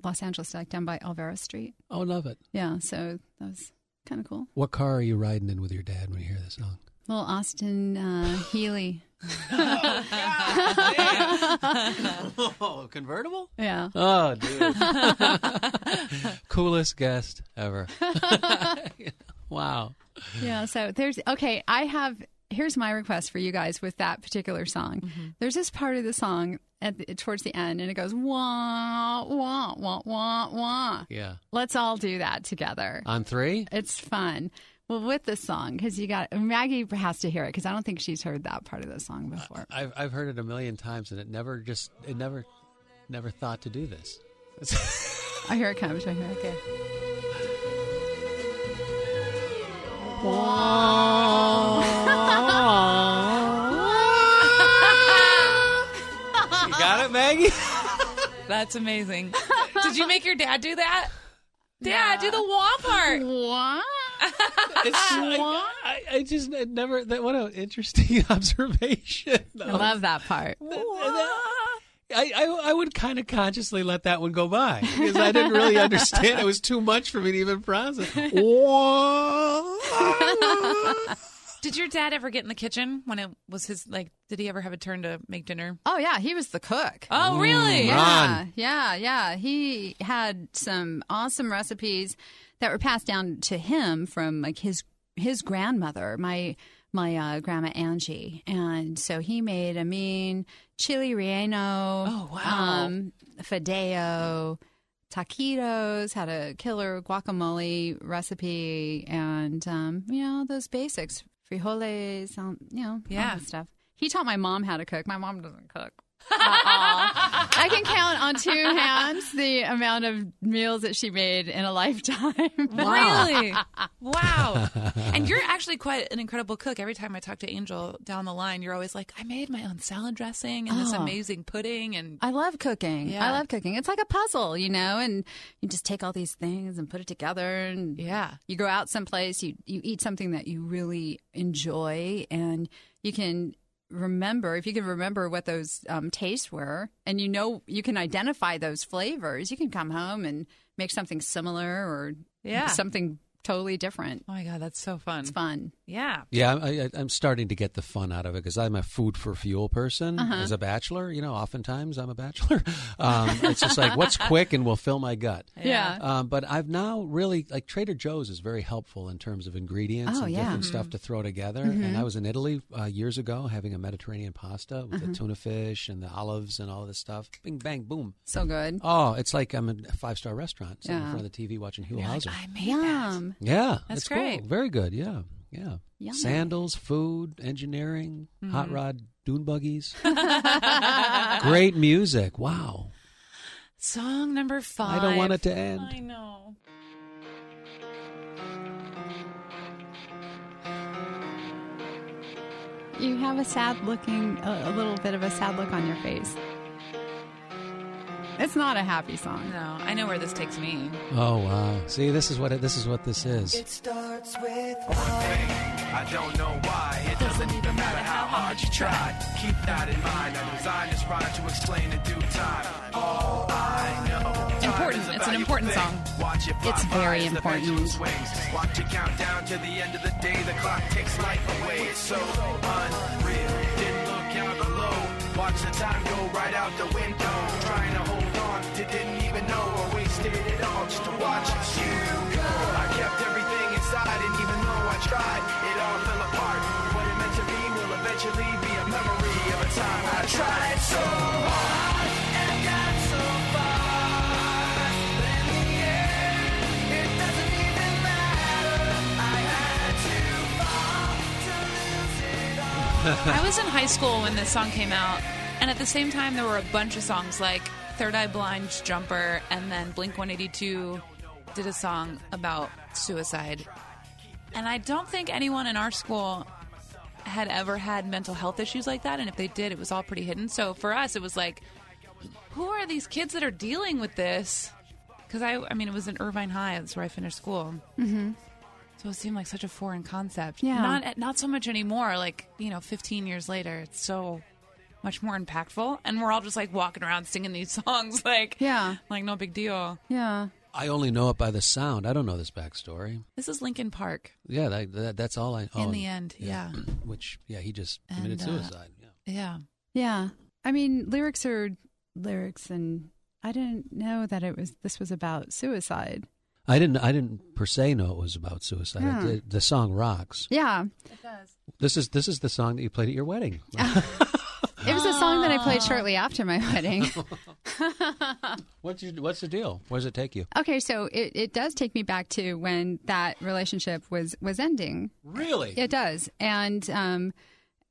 Speaker 5: Los Angeles, like down by Alvaro Street.
Speaker 1: Oh, love it.
Speaker 5: Yeah, so that was kind of cool.
Speaker 1: What car are you riding in with your dad when you hear this song?
Speaker 5: Little Austin uh, Healy.
Speaker 1: Oh, convertible?
Speaker 5: Yeah.
Speaker 1: Oh, dude. Coolest guest ever. wow.
Speaker 5: Yeah, so there's okay, I have here's my request for you guys with that particular song. There's this part of the song at the, towards the end and it goes wah wah wah wah wah.
Speaker 1: Yeah.
Speaker 5: Let's all do that together.
Speaker 1: On three?
Speaker 5: It's fun. Well, with this song cuz you got Maggie has to hear it cuz I don't think she's heard that part of the song before.
Speaker 1: I've, I've heard it a million times and it never just, it never, never thought to do this.
Speaker 5: Oh, here it comes. Right here. Okay.
Speaker 1: You got it, Maggie?
Speaker 2: That's amazing. Did you make your dad do that? Dad, do the wah part.
Speaker 5: Wah.
Speaker 1: It's like, I, I just it never. That, what an interesting observation.
Speaker 5: I love that part.
Speaker 1: I, I, I would kind of consciously let that one go by because I didn't really understand. It was too much for me to even process.
Speaker 2: Did your dad ever get in the kitchen when it was his like? Did he ever have a turn to make dinner?
Speaker 5: Oh yeah, he was the cook.
Speaker 2: Oh, really?
Speaker 1: Mm, right.
Speaker 5: Yeah,
Speaker 1: Ron.
Speaker 5: yeah, yeah. He had some awesome recipes that were passed down to him from like his his grandmother, my my uh, grandma Angie, and so he made a mean chili relleno,
Speaker 2: Oh, wow.
Speaker 5: um, fideo, taquitos, had a killer guacamole recipe, and um, you know those basics, frijoles, um, you know, all
Speaker 2: Yeah.
Speaker 5: that stuff. He taught my mom how to cook. My mom doesn't cook. I can count on two hands the amount of meals that she made in a lifetime.
Speaker 2: Really? wow. And you're actually quite an incredible cook. Every time I talk to Angel down the line, you're always like, I made my own salad dressing and this
Speaker 5: Oh.
Speaker 2: amazing pudding. And
Speaker 5: I love cooking.
Speaker 2: Yeah.
Speaker 5: I love cooking. It's like a puzzle, you know, and you just take all these things and put it together and
Speaker 2: yeah.
Speaker 5: you go out someplace, you you eat something that you really enjoy and you can remember if you can remember what those um, tastes were and you know you can identify those flavors, you can come home and make something similar or
Speaker 2: Yeah.
Speaker 5: something totally different.
Speaker 2: Oh my God, that's so fun.
Speaker 5: It's fun.
Speaker 2: Yeah.
Speaker 1: Yeah, I, I, I'm starting to get the fun out of it because I'm a food for fuel person
Speaker 5: Uh-huh.
Speaker 1: as a bachelor. You know, oftentimes I'm a bachelor. Um, it's just like what's quick and will fill my gut.
Speaker 5: Yeah.
Speaker 1: Um, but I've now really like Trader Joe's is very helpful in terms of ingredients
Speaker 5: Oh,
Speaker 1: and
Speaker 5: yeah.
Speaker 1: different
Speaker 2: Mm-hmm.
Speaker 1: stuff to throw together. And I was in Italy uh, years ago having a Mediterranean pasta with
Speaker 2: Mm-hmm.
Speaker 1: the tuna fish and the olives and all this stuff. Bing bang boom.
Speaker 5: So good.
Speaker 1: Oh, it's like I'm in a five star restaurant sitting
Speaker 5: Yeah.
Speaker 1: in front of the TV watching Hugh
Speaker 2: You're like,
Speaker 1: Hauser.
Speaker 2: I made that.
Speaker 5: Yum.
Speaker 1: yeah,
Speaker 2: That's
Speaker 1: it's cool.
Speaker 2: great.
Speaker 1: Very good. Yeah, yeah.
Speaker 5: Yum.
Speaker 1: Sandals, food, engineering, hot
Speaker 2: Mm-hmm.
Speaker 1: rod, dune buggies. great music. Wow.
Speaker 2: Song number five.
Speaker 1: I don't want it to end.
Speaker 2: I know.
Speaker 5: You have a sad looking, a, a little bit of a sad look on your face. It's not a happy song.
Speaker 2: No, I know where this takes me.
Speaker 1: Oh wow! See, this is what it, this is what this is.
Speaker 7: It starts with why. I don't know why. It doesn't even matter how hard you try. Keep that in mind. I designed this rhyme to explain in due time. All I know. time
Speaker 2: Important.
Speaker 7: is a
Speaker 2: It's an
Speaker 7: valuable
Speaker 2: important
Speaker 7: thing.
Speaker 2: song.
Speaker 7: Watch it fly
Speaker 5: It's
Speaker 7: by
Speaker 5: very
Speaker 7: as the pendulum
Speaker 5: important.
Speaker 7: swings. Watch it count down to the end of the day. The clock takes life away. It's so unreal. Didn't look out below. Watch the time go right out the window. Trying to hold on to didn't even know or wasted it all just to watch you go. I kept everything inside and even though I tried, it all fell apart. What it meant to be will eventually be a memory of a time I tried so hard and got so far. But in the end, it doesn't even matter. I had to fall to lose it all.
Speaker 2: I was in high school when this song came out, and at the same time, there were a bunch of songs like Third Eye Blind's Jumper, and then Blink 182 did a song about suicide. And I don't think anyone in our school had ever had mental health issues like that, and if they did, it was all pretty hidden. So for us, it was like, who are these kids that are dealing with this? Because I, I mean, it was in Irvine High, that's where I finished school. Mm-hmm. So it seemed like such a foreign concept.
Speaker 5: Yeah.
Speaker 2: Not not not so much anymore. Like you know, 15 years later, it's so much more impactful, and we're all just like walking around singing these songs, like
Speaker 5: Yeah.
Speaker 2: like no big deal.
Speaker 5: Yeah.
Speaker 1: I only know it by the sound. I don't know this backstory.
Speaker 2: This is Linkin Park.
Speaker 1: Yeah, that, that, that's all I.
Speaker 2: In
Speaker 1: oh,
Speaker 2: the end, yeah,
Speaker 1: Which, yeah, he just
Speaker 2: And,
Speaker 1: committed
Speaker 2: uh,
Speaker 1: suicide. Yeah.
Speaker 2: yeah.
Speaker 5: Yeah. I mean, lyrics are lyrics and I didn't know that it was this was about suicide.
Speaker 1: I didn't. I didn't per se know it was about suicide.
Speaker 5: Yeah.
Speaker 1: The, the song rocks.
Speaker 5: Yeah.
Speaker 1: This is this is the song that you played at your wedding.
Speaker 5: It was a song that I played shortly after my wedding.
Speaker 1: what's your, what's the deal? Where does it take you?
Speaker 5: okay, so it, it does take me back to when that relationship was was ending.
Speaker 1: Really?
Speaker 5: It does, and um,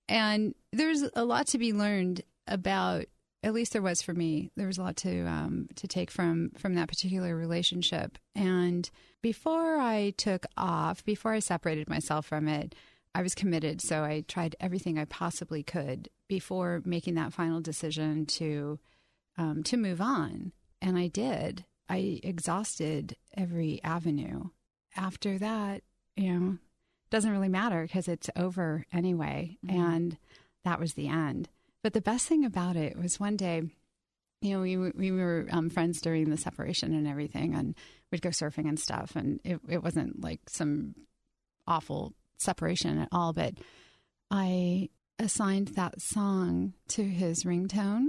Speaker 5: and there's a lot to be learned about. At least there was for me. There was a lot to um, to take from from that particular relationship. And before I took off, before I separated myself from it, I was committed. So I tried everything I possibly could before making that final decision to um, to move on. And I did. I exhausted every avenue. After that, you know, doesn't really matter because it's over anyway. And that was the end. But the best thing about it was one day, you know, we, were- we were um, friends during the separation and everything, and we'd go surfing and stuff. And it, it wasn't like some awful separation at all. But I assigned that song to his ringtone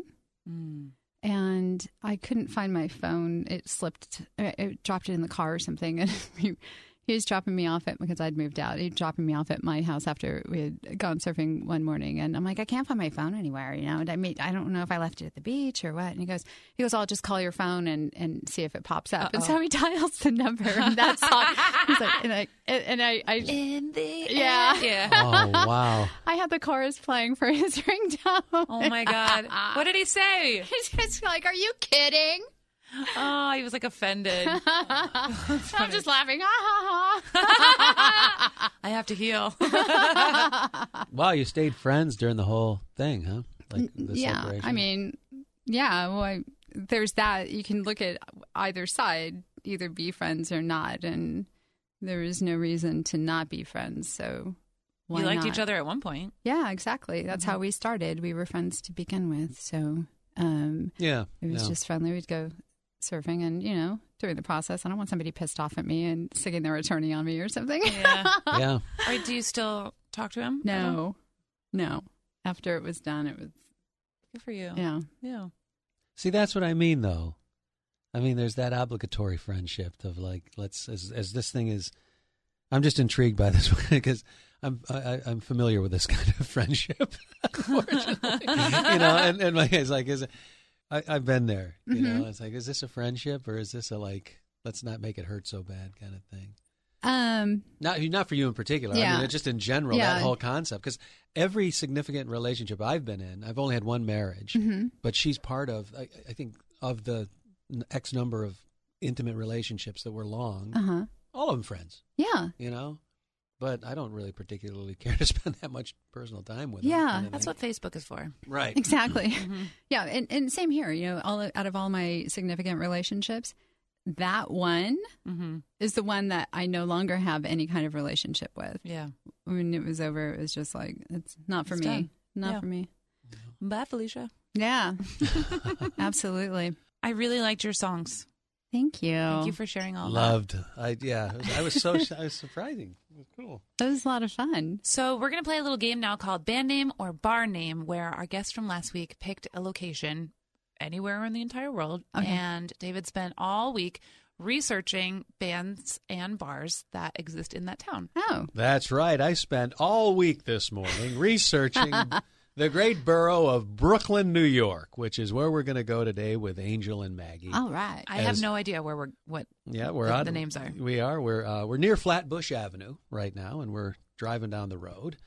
Speaker 2: Mm.
Speaker 5: and uh, I couldn't find my phone. It slipped. I I dropped it in the car or something, and he, He was dropping me off at because I'd moved out. He was dropping me off at my house after we had gone surfing one morning, and I'm like, I can't find my phone anywhere. You know, and I mean, I don't know if I left it at the beach or what. And he goes, he goes, I'll just call your phone and and see if it pops up. And so he dials the number, and that's all. He's like, and I and I, I
Speaker 2: In the
Speaker 5: Yeah.
Speaker 2: air. Yeah.
Speaker 1: Oh wow!
Speaker 5: I had the chorus playing for his ringtone.
Speaker 2: Oh my God. What did he say?
Speaker 5: He's just like, "Are you kidding?"
Speaker 2: Oh, he was like offended.
Speaker 5: I'm just laughing. Ha ha ha.
Speaker 2: I have to heal.
Speaker 1: Wow, you stayed friends during the whole thing, huh? Like the
Speaker 5: yeah,
Speaker 1: separation.
Speaker 5: I mean, yeah. Well, I, there's that. You can look at either side, either be friends or not, and there is no reason to not be friends. So why
Speaker 2: you liked
Speaker 5: not?
Speaker 2: each other at one point.
Speaker 5: Yeah, exactly. That's how we started. We were friends to begin with, so um,
Speaker 1: yeah,
Speaker 5: it was
Speaker 1: yeah.
Speaker 5: just friendly. We'd go surfing, and you know, during the process, I don't want somebody pissed off at me and sticking their attorney on me or something.
Speaker 2: Yeah.
Speaker 1: yeah.
Speaker 2: or do you still talk to him?
Speaker 5: No, no. After it was done, it was
Speaker 2: Good for you.
Speaker 5: yeah.
Speaker 2: Yeah.
Speaker 1: See, that's what I mean, though. I mean, there's that obligatory friendship of like, let's as as this thing is. I'm just intrigued by this because I'm I, I- I'm familiar with this kind of friendship, unfortunately. you know, and and my it's like is it, I I've been there. You
Speaker 5: Mm-hmm.
Speaker 1: know, it's like is this a friendship or is this a like let's not make it hurt so bad kind of thing.
Speaker 5: Um,
Speaker 1: Not not for you in particular. I
Speaker 5: Yeah.
Speaker 1: mean, just in general,
Speaker 5: Yeah.
Speaker 1: that whole concept. Because every significant relationship I've been in, I've only had one marriage,
Speaker 2: Mm-hmm.
Speaker 1: but she's part of. I, I think of the n- x number of intimate relationships that were long,
Speaker 5: uh
Speaker 2: Uh-huh.
Speaker 5: huh.
Speaker 1: all of them friends.
Speaker 5: Yeah.
Speaker 1: You know, but I don't really particularly care to spend that much personal time with. 'em,
Speaker 5: Yeah,
Speaker 1: kind of
Speaker 2: That's
Speaker 1: thing.
Speaker 2: what Facebook is for.
Speaker 1: Right.
Speaker 5: Exactly.
Speaker 2: Mm-hmm.
Speaker 5: Yeah, and, and same here. You know, all out of all my significant relationships, that one
Speaker 2: Mm-hmm.
Speaker 5: is the one that I no longer have any kind of relationship with.
Speaker 2: Yeah.
Speaker 5: When it was over, it was just like it's not for
Speaker 2: It's
Speaker 5: me.
Speaker 2: done.
Speaker 5: Not
Speaker 2: Yeah.
Speaker 5: for me.
Speaker 2: Bye, Felicia.
Speaker 5: Yeah, absolutely.
Speaker 2: I really liked your songs.
Speaker 5: Thank you.
Speaker 2: Thank you for sharing all that.
Speaker 1: Loved. I yeah. I was so. I was surprising. It was cool.
Speaker 5: that was a lot of fun.
Speaker 2: So we're going to play a little game now called Band Name or Bar Name, where our guest from last week picked a location anywhere in the entire world.
Speaker 5: Okay.
Speaker 2: And David spent all week researching bands and bars that exist in that town.
Speaker 5: Oh,
Speaker 1: That's right. I spent all week this morning researching the great borough of Brooklyn, New York, which is where we're going to go today with Angel and Maggie.
Speaker 5: all right.
Speaker 2: I have
Speaker 1: As-
Speaker 2: no idea where we're what
Speaker 1: yeah, we're
Speaker 2: the-
Speaker 1: on
Speaker 2: the names are.
Speaker 1: We are. We're uh, we're near Flatbush Avenue right now, and we're driving down the road.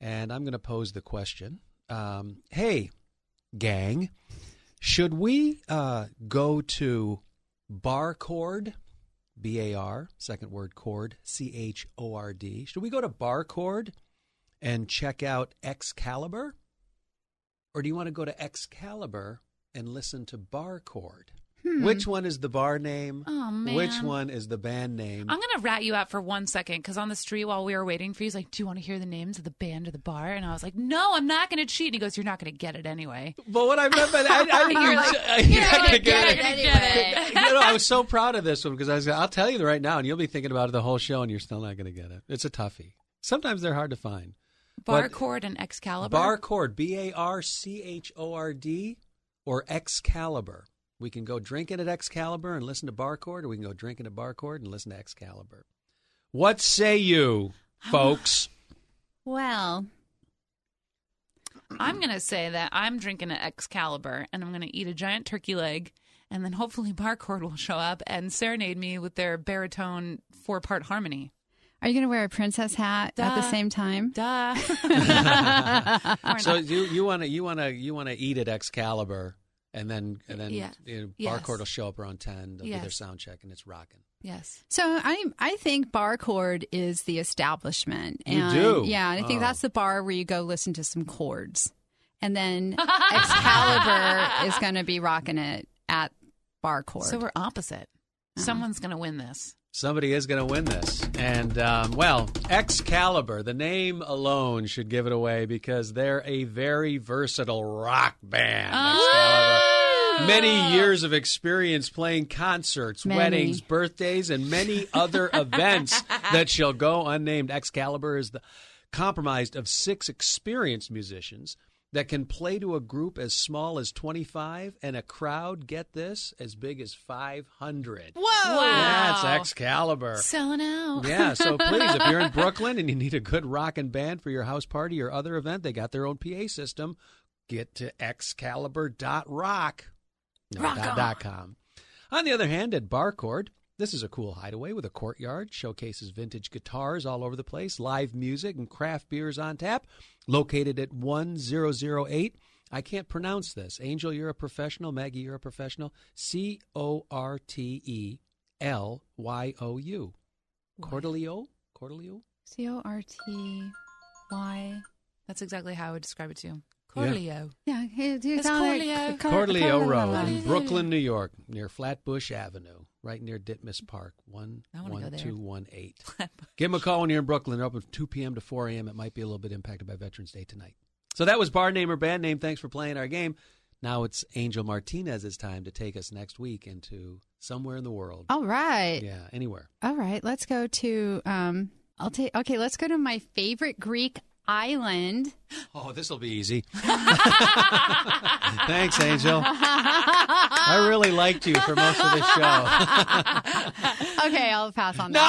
Speaker 1: And I'm going to pose the question: um, Hey, gang, should we uh, go to Bar Chord? B A R, second word chord, C H O R D. Should we go to Bar Chord and check out Excalibur? Or do you want to go to Excalibur and listen to Bar Chord? Which one is the bar name?
Speaker 2: Hmm. Oh,
Speaker 1: Which
Speaker 2: man.
Speaker 1: one is the band name?
Speaker 2: I'm gonna rat you out for one second because on the street while we were waiting for you, he's like, "Do you want to hear the names of the band or the bar?" And I was like, "No, I'm not gonna cheat." And he goes, "You're not gonna get it anyway."
Speaker 1: But what I meant by that, I, I,
Speaker 2: You're
Speaker 1: you-
Speaker 2: like,
Speaker 1: I- you're not gonna
Speaker 2: You're not
Speaker 1: get it.
Speaker 2: gonna
Speaker 5: it
Speaker 2: get it.
Speaker 1: no, no, I was so proud of this one because I was, I'll tell you right now, and you'll be thinking about it the whole show, and you're still not going to get it. It's a toughie. Sometimes they're hard to find.
Speaker 2: Bar
Speaker 1: But-
Speaker 2: chord and Excalibur.
Speaker 1: Barcord, B A R C H O R D, or Excalibur. We can go drinking at Excalibur and listen to Barcord, or we can go drinking at Barcord and listen to Excalibur. What say you, folks?
Speaker 5: Well,
Speaker 2: I'm gonna say that I'm drinking an Excalibur and I'm gonna eat a giant turkey leg, and then hopefully bar chord will show up and serenade me with their baritone four part harmony.
Speaker 5: are you going to wear a princess hat at the
Speaker 2: Duh.
Speaker 5: same time?
Speaker 2: Duh. Or
Speaker 1: so
Speaker 2: not.
Speaker 1: you you want to you want to you want to eat at Excalibur, and then and then
Speaker 2: Yeah.
Speaker 1: you know,
Speaker 2: Yes.
Speaker 1: Barcord will show up around ten. They'll do their
Speaker 2: Yes.
Speaker 1: sound check, and it's rocking.
Speaker 2: yes.
Speaker 5: So I I think barcord is the establishment.
Speaker 1: You
Speaker 5: And
Speaker 1: do?
Speaker 5: Yeah, and I think
Speaker 1: Oh.
Speaker 5: that's the bar where you go listen to some chords. And then Excalibur is going to be rocking it at barcord.
Speaker 2: So we're opposite. Someone's gonna win this.
Speaker 1: Somebody is going to win this. And, um, well, Excalibur, the name alone should give it away because they're a very versatile rock band. Excalibur. Many years of experience playing concerts,
Speaker 5: Many.
Speaker 1: weddings, birthdays, and many other events that shall go unnamed. Excalibur is the compromised of six experienced musicians that can play to a group as small as 25 and a crowd, get this, as big as 500.
Speaker 2: Whoa!
Speaker 1: That's Excalibur.
Speaker 2: Selling out.
Speaker 1: Yeah, so please, if you're in Brooklyn and you need a good rockin' band for your house party or other event, they got their own PA system. Get to Excalibur.rock. No,
Speaker 2: Rock
Speaker 1: dot,
Speaker 2: on.
Speaker 1: dot com. On the other hand, at Barcord, this is a cool hideaway with a courtyard, showcases vintage guitars all over the place, live music, and craft beers on tap. Located at 1008. I can't pronounce this. Angel, you're a professional. Maggie, you're a professional. C O R T E L Y O U. Cordelio? Cordelio?
Speaker 5: C O R T Y.
Speaker 2: That's exactly how I would describe it to you.
Speaker 1: Yeah.
Speaker 2: Corleo.
Speaker 5: Yeah, it's, it's
Speaker 2: Corleo.
Speaker 1: Cordelio Road in
Speaker 2: Cordelio.
Speaker 1: Brooklyn, New York, near Flatbush Avenue, right near Ditmas Park,
Speaker 2: I wanna go there.
Speaker 1: 11218. Give them a call when you're in Brooklyn. They're open from 2 p.m. to 4 a.m. It might be a little bit impacted by Veterans Day tonight. So that was bar name or band name. Thanks for playing our game. Now it's Angel Martinez's time to take us next week into somewhere in the
Speaker 2: Oh,
Speaker 1: world.
Speaker 5: All right.
Speaker 1: Yeah, anywhere.
Speaker 5: All right, let's go to um I'll take okay, let's go to my favorite Greek island.
Speaker 1: Oh, this will be easy. Thanks, Angel. I really liked you for most of the show.
Speaker 5: Okay, I'll pass on
Speaker 1: No!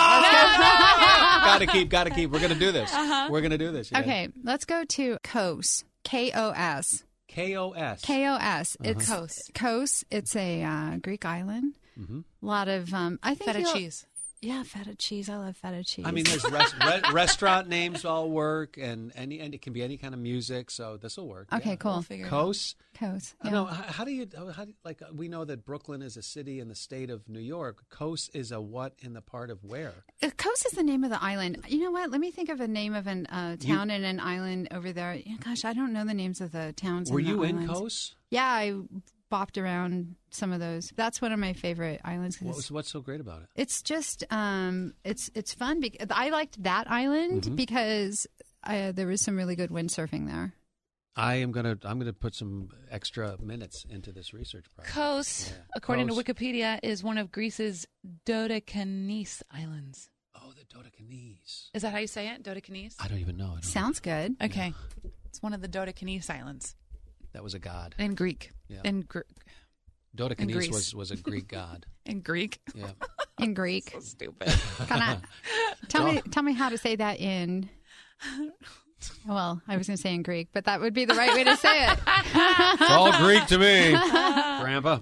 Speaker 5: that.
Speaker 1: gotta keep, gotta keep. We're gonna do this. We're gonna do this. yeah.
Speaker 5: Uh-huh. Okay, let's go to Kos. K O S.
Speaker 1: KOS.
Speaker 5: K O S.
Speaker 1: Uh-huh.
Speaker 5: It's
Speaker 2: Kos.
Speaker 5: Kos. It's a uh, Greek island.
Speaker 1: Mm-hmm.
Speaker 5: A lot of um I think
Speaker 2: Feta
Speaker 5: you'll-
Speaker 2: cheese.
Speaker 5: Yeah, feta cheese. I love feta cheese.
Speaker 1: I mean, there's res- re- restaurant names all work, and any and it can be any kind of music. So this will work.
Speaker 5: Okay,
Speaker 1: yeah.
Speaker 5: cool.
Speaker 2: figure it out.
Speaker 1: Kos.
Speaker 5: Kos.
Speaker 1: I
Speaker 5: Yeah.
Speaker 1: know. How, how do you? How do, like we know that Brooklyn is a city in the state of New York. Kos is a what in the part of where?
Speaker 5: Uh, Kos is the name of the island. You know what? Let me think of a name of an uh, town and an island over there. Yeah, Gosh, I don't know the names of the towns.
Speaker 1: Were
Speaker 5: and the
Speaker 1: you in
Speaker 5: islands.
Speaker 1: Kos?
Speaker 5: Yeah, I bopped around some of those. That's one of my favorite islands. 'cause
Speaker 1: What
Speaker 5: it's-
Speaker 1: was, what's so great about it?
Speaker 5: it's just um, it's it's fun. Be- I liked that island
Speaker 1: Mm-hmm.
Speaker 5: because uh there was some really good windsurfing there.
Speaker 1: I am gonna I'm gonna put some extra minutes into this research project.
Speaker 2: Kos,
Speaker 1: Yeah.
Speaker 2: according
Speaker 1: Kos.
Speaker 2: to Wikipedia, is one of Greece's Dodecanese Islands.
Speaker 1: Oh, the Dodecanese.
Speaker 2: Is that how you say it? Dodecanese?
Speaker 1: I don't even know. I don't
Speaker 5: Sounds good.
Speaker 2: Okay. It's one of the Dodecanese Islands
Speaker 1: know. That was a god.
Speaker 2: in Greek.
Speaker 1: Yeah.
Speaker 2: In, Gr-
Speaker 1: Dodecanese
Speaker 2: Greece.
Speaker 1: was was a Greek god.
Speaker 2: in Greek.
Speaker 1: Yeah.
Speaker 5: In Greek,
Speaker 2: Stupid.
Speaker 5: Can I- tell me tell me how to say that in. Well, I was going to say in Greek, but that would be the right way to say it.
Speaker 1: It's all Greek to me, Grandpa.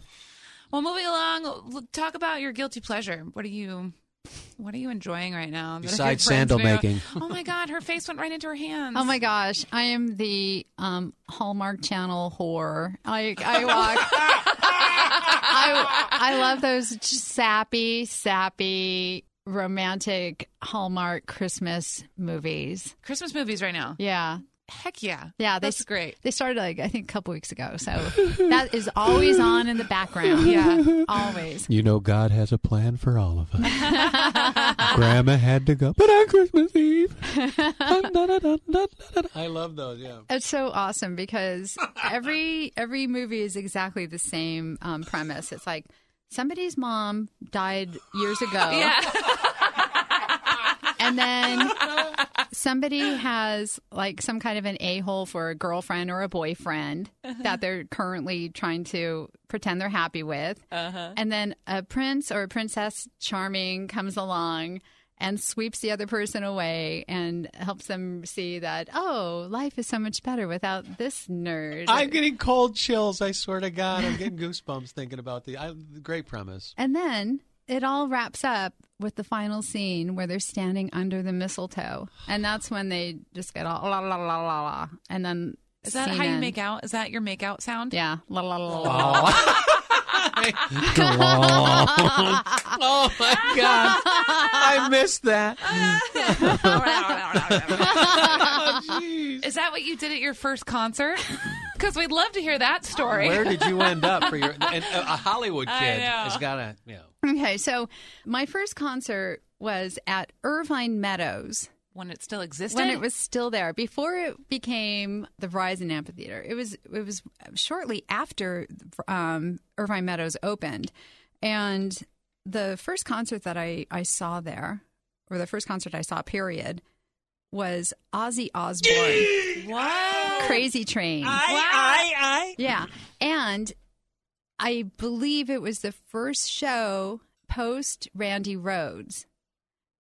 Speaker 2: well, moving along, l- talk about your guilty pleasure. What are you. What are you enjoying right now? that
Speaker 1: Besides
Speaker 2: your friends
Speaker 1: sandal
Speaker 2: may-
Speaker 1: making.
Speaker 2: Oh my God, her face went right into her hands.
Speaker 5: Oh my gosh, I am the um, Hallmark Channel whore. I, I walk. I, I love those j- sappy, sappy, romantic Hallmark Christmas movies.
Speaker 2: Christmas movies right now.
Speaker 5: Yeah.
Speaker 2: Heck yeah.
Speaker 5: Yeah, they,
Speaker 2: That's great.
Speaker 5: They started like I think a couple weeks ago, so that is always on in the background.
Speaker 2: Yeah.
Speaker 5: always.
Speaker 1: You know, God has a plan for all of us. Grandma had to go, but on Christmas Eve. I love those, yeah.
Speaker 5: It's so awesome because every every movie is exactly the same um, premise. It's like somebody's mom died years ago, and then somebody has like some kind of an a hole for a girlfriend or a boyfriend that they're currently trying to pretend they're happy with, and then a prince or a princess charming comes along. And sweeps the other person away and helps them see that, oh, life is so much better without this nerd.
Speaker 1: I'm getting cold chills, I swear to God. I'm getting goosebumps thinking about the I, great premise.
Speaker 5: And then it all wraps up with the final scene where they're standing under the mistletoe. And that's when they just get all la la la la la. la. And then
Speaker 2: Is that
Speaker 5: scene
Speaker 2: how you
Speaker 5: ends.
Speaker 2: make out? Is that your make out sound?
Speaker 5: Yeah. La la la la. la.
Speaker 1: Oh. oh my God. I missed that.
Speaker 2: Is that what you did at your first concert? Because we'd love to hear that story.
Speaker 1: Where did you end up for your. And a a Hollywood
Speaker 2: I
Speaker 1: kid
Speaker 2: know.
Speaker 1: has got to, you know.
Speaker 5: Okay. So my first concert was at Irvine Meadows
Speaker 2: when it still existed.
Speaker 5: when it was still there before it became the Verizon Amphitheater. It was it was shortly after um, Irvine Meadows opened, and the first concert that I I saw there, or the first concert I saw, period, was Ozzy Osbourne.
Speaker 2: wow.
Speaker 5: Crazy Train.
Speaker 8: I, I, I.
Speaker 5: Yeah. And I believe it was the first show post Randy Rhodes.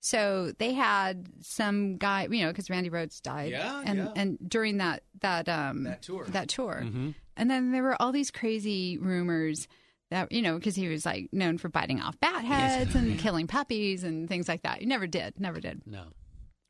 Speaker 5: So they had some guy, you know, because Randy Rhodes died,
Speaker 1: Yeah,
Speaker 5: and
Speaker 1: yeah.
Speaker 5: and during that that um
Speaker 1: That tour.
Speaker 5: that tour,
Speaker 1: Mhm.
Speaker 5: and then there were all these crazy rumors that you know because he was like known for biting off bat heads and killing puppies and things like that. He never did, never did.
Speaker 1: No.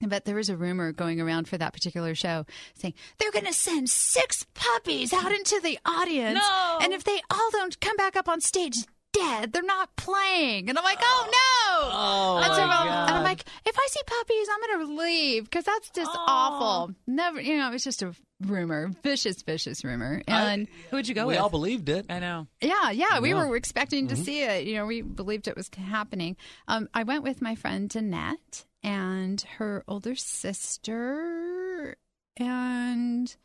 Speaker 5: But there was a rumor going around for that particular show saying they're going to send six puppies out into the audience.
Speaker 2: No.
Speaker 5: And if they all don't come back up on stage dead, they're not playing. And I'm like, oh, no.
Speaker 1: Oh,
Speaker 5: and, so
Speaker 1: my
Speaker 5: I'm- and
Speaker 1: God.
Speaker 5: I'm like, if I see puppies, I'm going to leave because that's just
Speaker 1: Oh.
Speaker 5: awful. Never, you know, it's just a rumor, vicious, vicious rumor. And
Speaker 2: Who'd you go
Speaker 1: we
Speaker 2: with? Oh
Speaker 1: all believed it.
Speaker 2: I know.
Speaker 5: yeah, yeah, we
Speaker 1: Yeah. Mm-hmm.
Speaker 5: were expecting to see it. You know, we believed it was happening. Um, I went with my friend Danette and her older sister and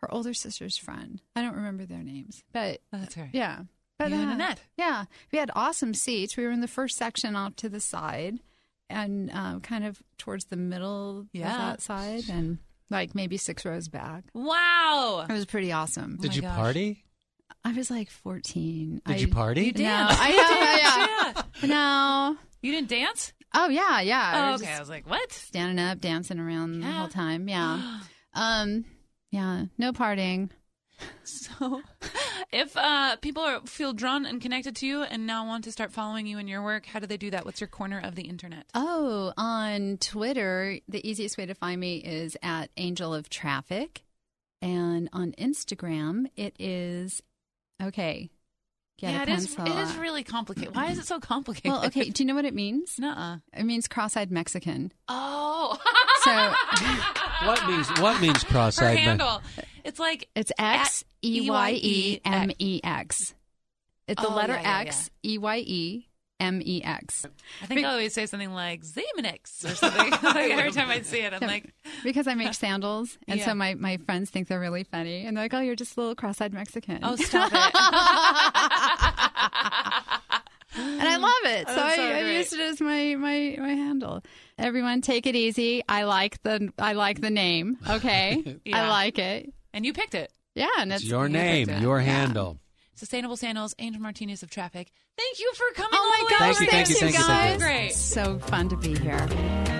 Speaker 5: her older sister's friend. I don't remember their names, but
Speaker 2: That's right.
Speaker 5: yeah. But
Speaker 2: You and
Speaker 5: uh,
Speaker 2: Annette.
Speaker 5: yeah, we had awesome seats. We were in the first section off to the side and um, kind of towards the middle
Speaker 2: Yeah.
Speaker 5: of that side and like maybe six rows back.
Speaker 2: Wow.
Speaker 5: It was pretty awesome.
Speaker 1: Did
Speaker 2: my
Speaker 1: you
Speaker 2: gosh.
Speaker 1: party?
Speaker 5: I was like 14.
Speaker 1: Did
Speaker 5: I-
Speaker 1: you party?
Speaker 5: No,
Speaker 2: danced.
Speaker 5: I
Speaker 2: You
Speaker 5: know,
Speaker 2: danced,
Speaker 5: yeah. No.
Speaker 2: You didn't dance?
Speaker 5: Oh yeah, yeah. I
Speaker 2: Oh,
Speaker 5: was
Speaker 2: okay. I
Speaker 5: just
Speaker 2: was like, what?
Speaker 5: standing up, dancing around the
Speaker 2: Yeah.
Speaker 5: whole time. Yeah. Um. Yeah. No partying.
Speaker 2: So, if uh, people are, feel drawn and connected to you and now want to start following you and your work, how do they do that? What's your corner of the internet?
Speaker 5: Oh, on Twitter, the easiest way to find me is at Angel of Traffic, and on Instagram it is okay. Get
Speaker 2: yeah,
Speaker 5: a
Speaker 2: it is.
Speaker 5: pencil
Speaker 2: It is
Speaker 5: out.
Speaker 2: really complicated. Why is it so complicated?
Speaker 5: well, okay. Do you know what it means?
Speaker 2: Nuh-uh.
Speaker 5: It means cross-eyed Mexican.
Speaker 2: Oh.
Speaker 5: So
Speaker 1: What means what means
Speaker 2: Her
Speaker 1: cross-eyed? man?
Speaker 2: handle. It's like
Speaker 5: It's X E Y E M E X. It's the
Speaker 2: Oh,
Speaker 5: letter
Speaker 2: yeah, yeah,
Speaker 5: X E Y E M E X.
Speaker 2: I think I always say something like Zamanix or something. like every time I see it, I'm like,
Speaker 5: Because I make sandals, and
Speaker 2: Yeah.
Speaker 5: so my, my friends think they're really funny, and they're like, "Oh, you're just a little cross-eyed Mexican."
Speaker 2: oh, stop it.
Speaker 5: and I love it. So
Speaker 2: That's
Speaker 5: I,
Speaker 2: so
Speaker 5: I
Speaker 2: great.
Speaker 5: used it as my, my my handle. Everyone, take it easy. I like the I like the name. Okay,
Speaker 2: Yeah.
Speaker 5: I like it.
Speaker 2: and you picked it.
Speaker 5: Yeah, and it's,
Speaker 1: It's your
Speaker 5: yeah,
Speaker 1: name,
Speaker 5: that's it.
Speaker 1: your
Speaker 5: Yeah.
Speaker 1: handle.
Speaker 2: Sustainable Sandals, Angel Martinez of Traffic. Thank you for coming.
Speaker 5: Oh
Speaker 2: all
Speaker 5: my
Speaker 2: the way
Speaker 5: gosh!
Speaker 1: Thank you,
Speaker 2: over
Speaker 1: thank you,
Speaker 2: here.
Speaker 1: thank you, thank you.
Speaker 5: guys.
Speaker 2: Great.
Speaker 5: So fun to be here.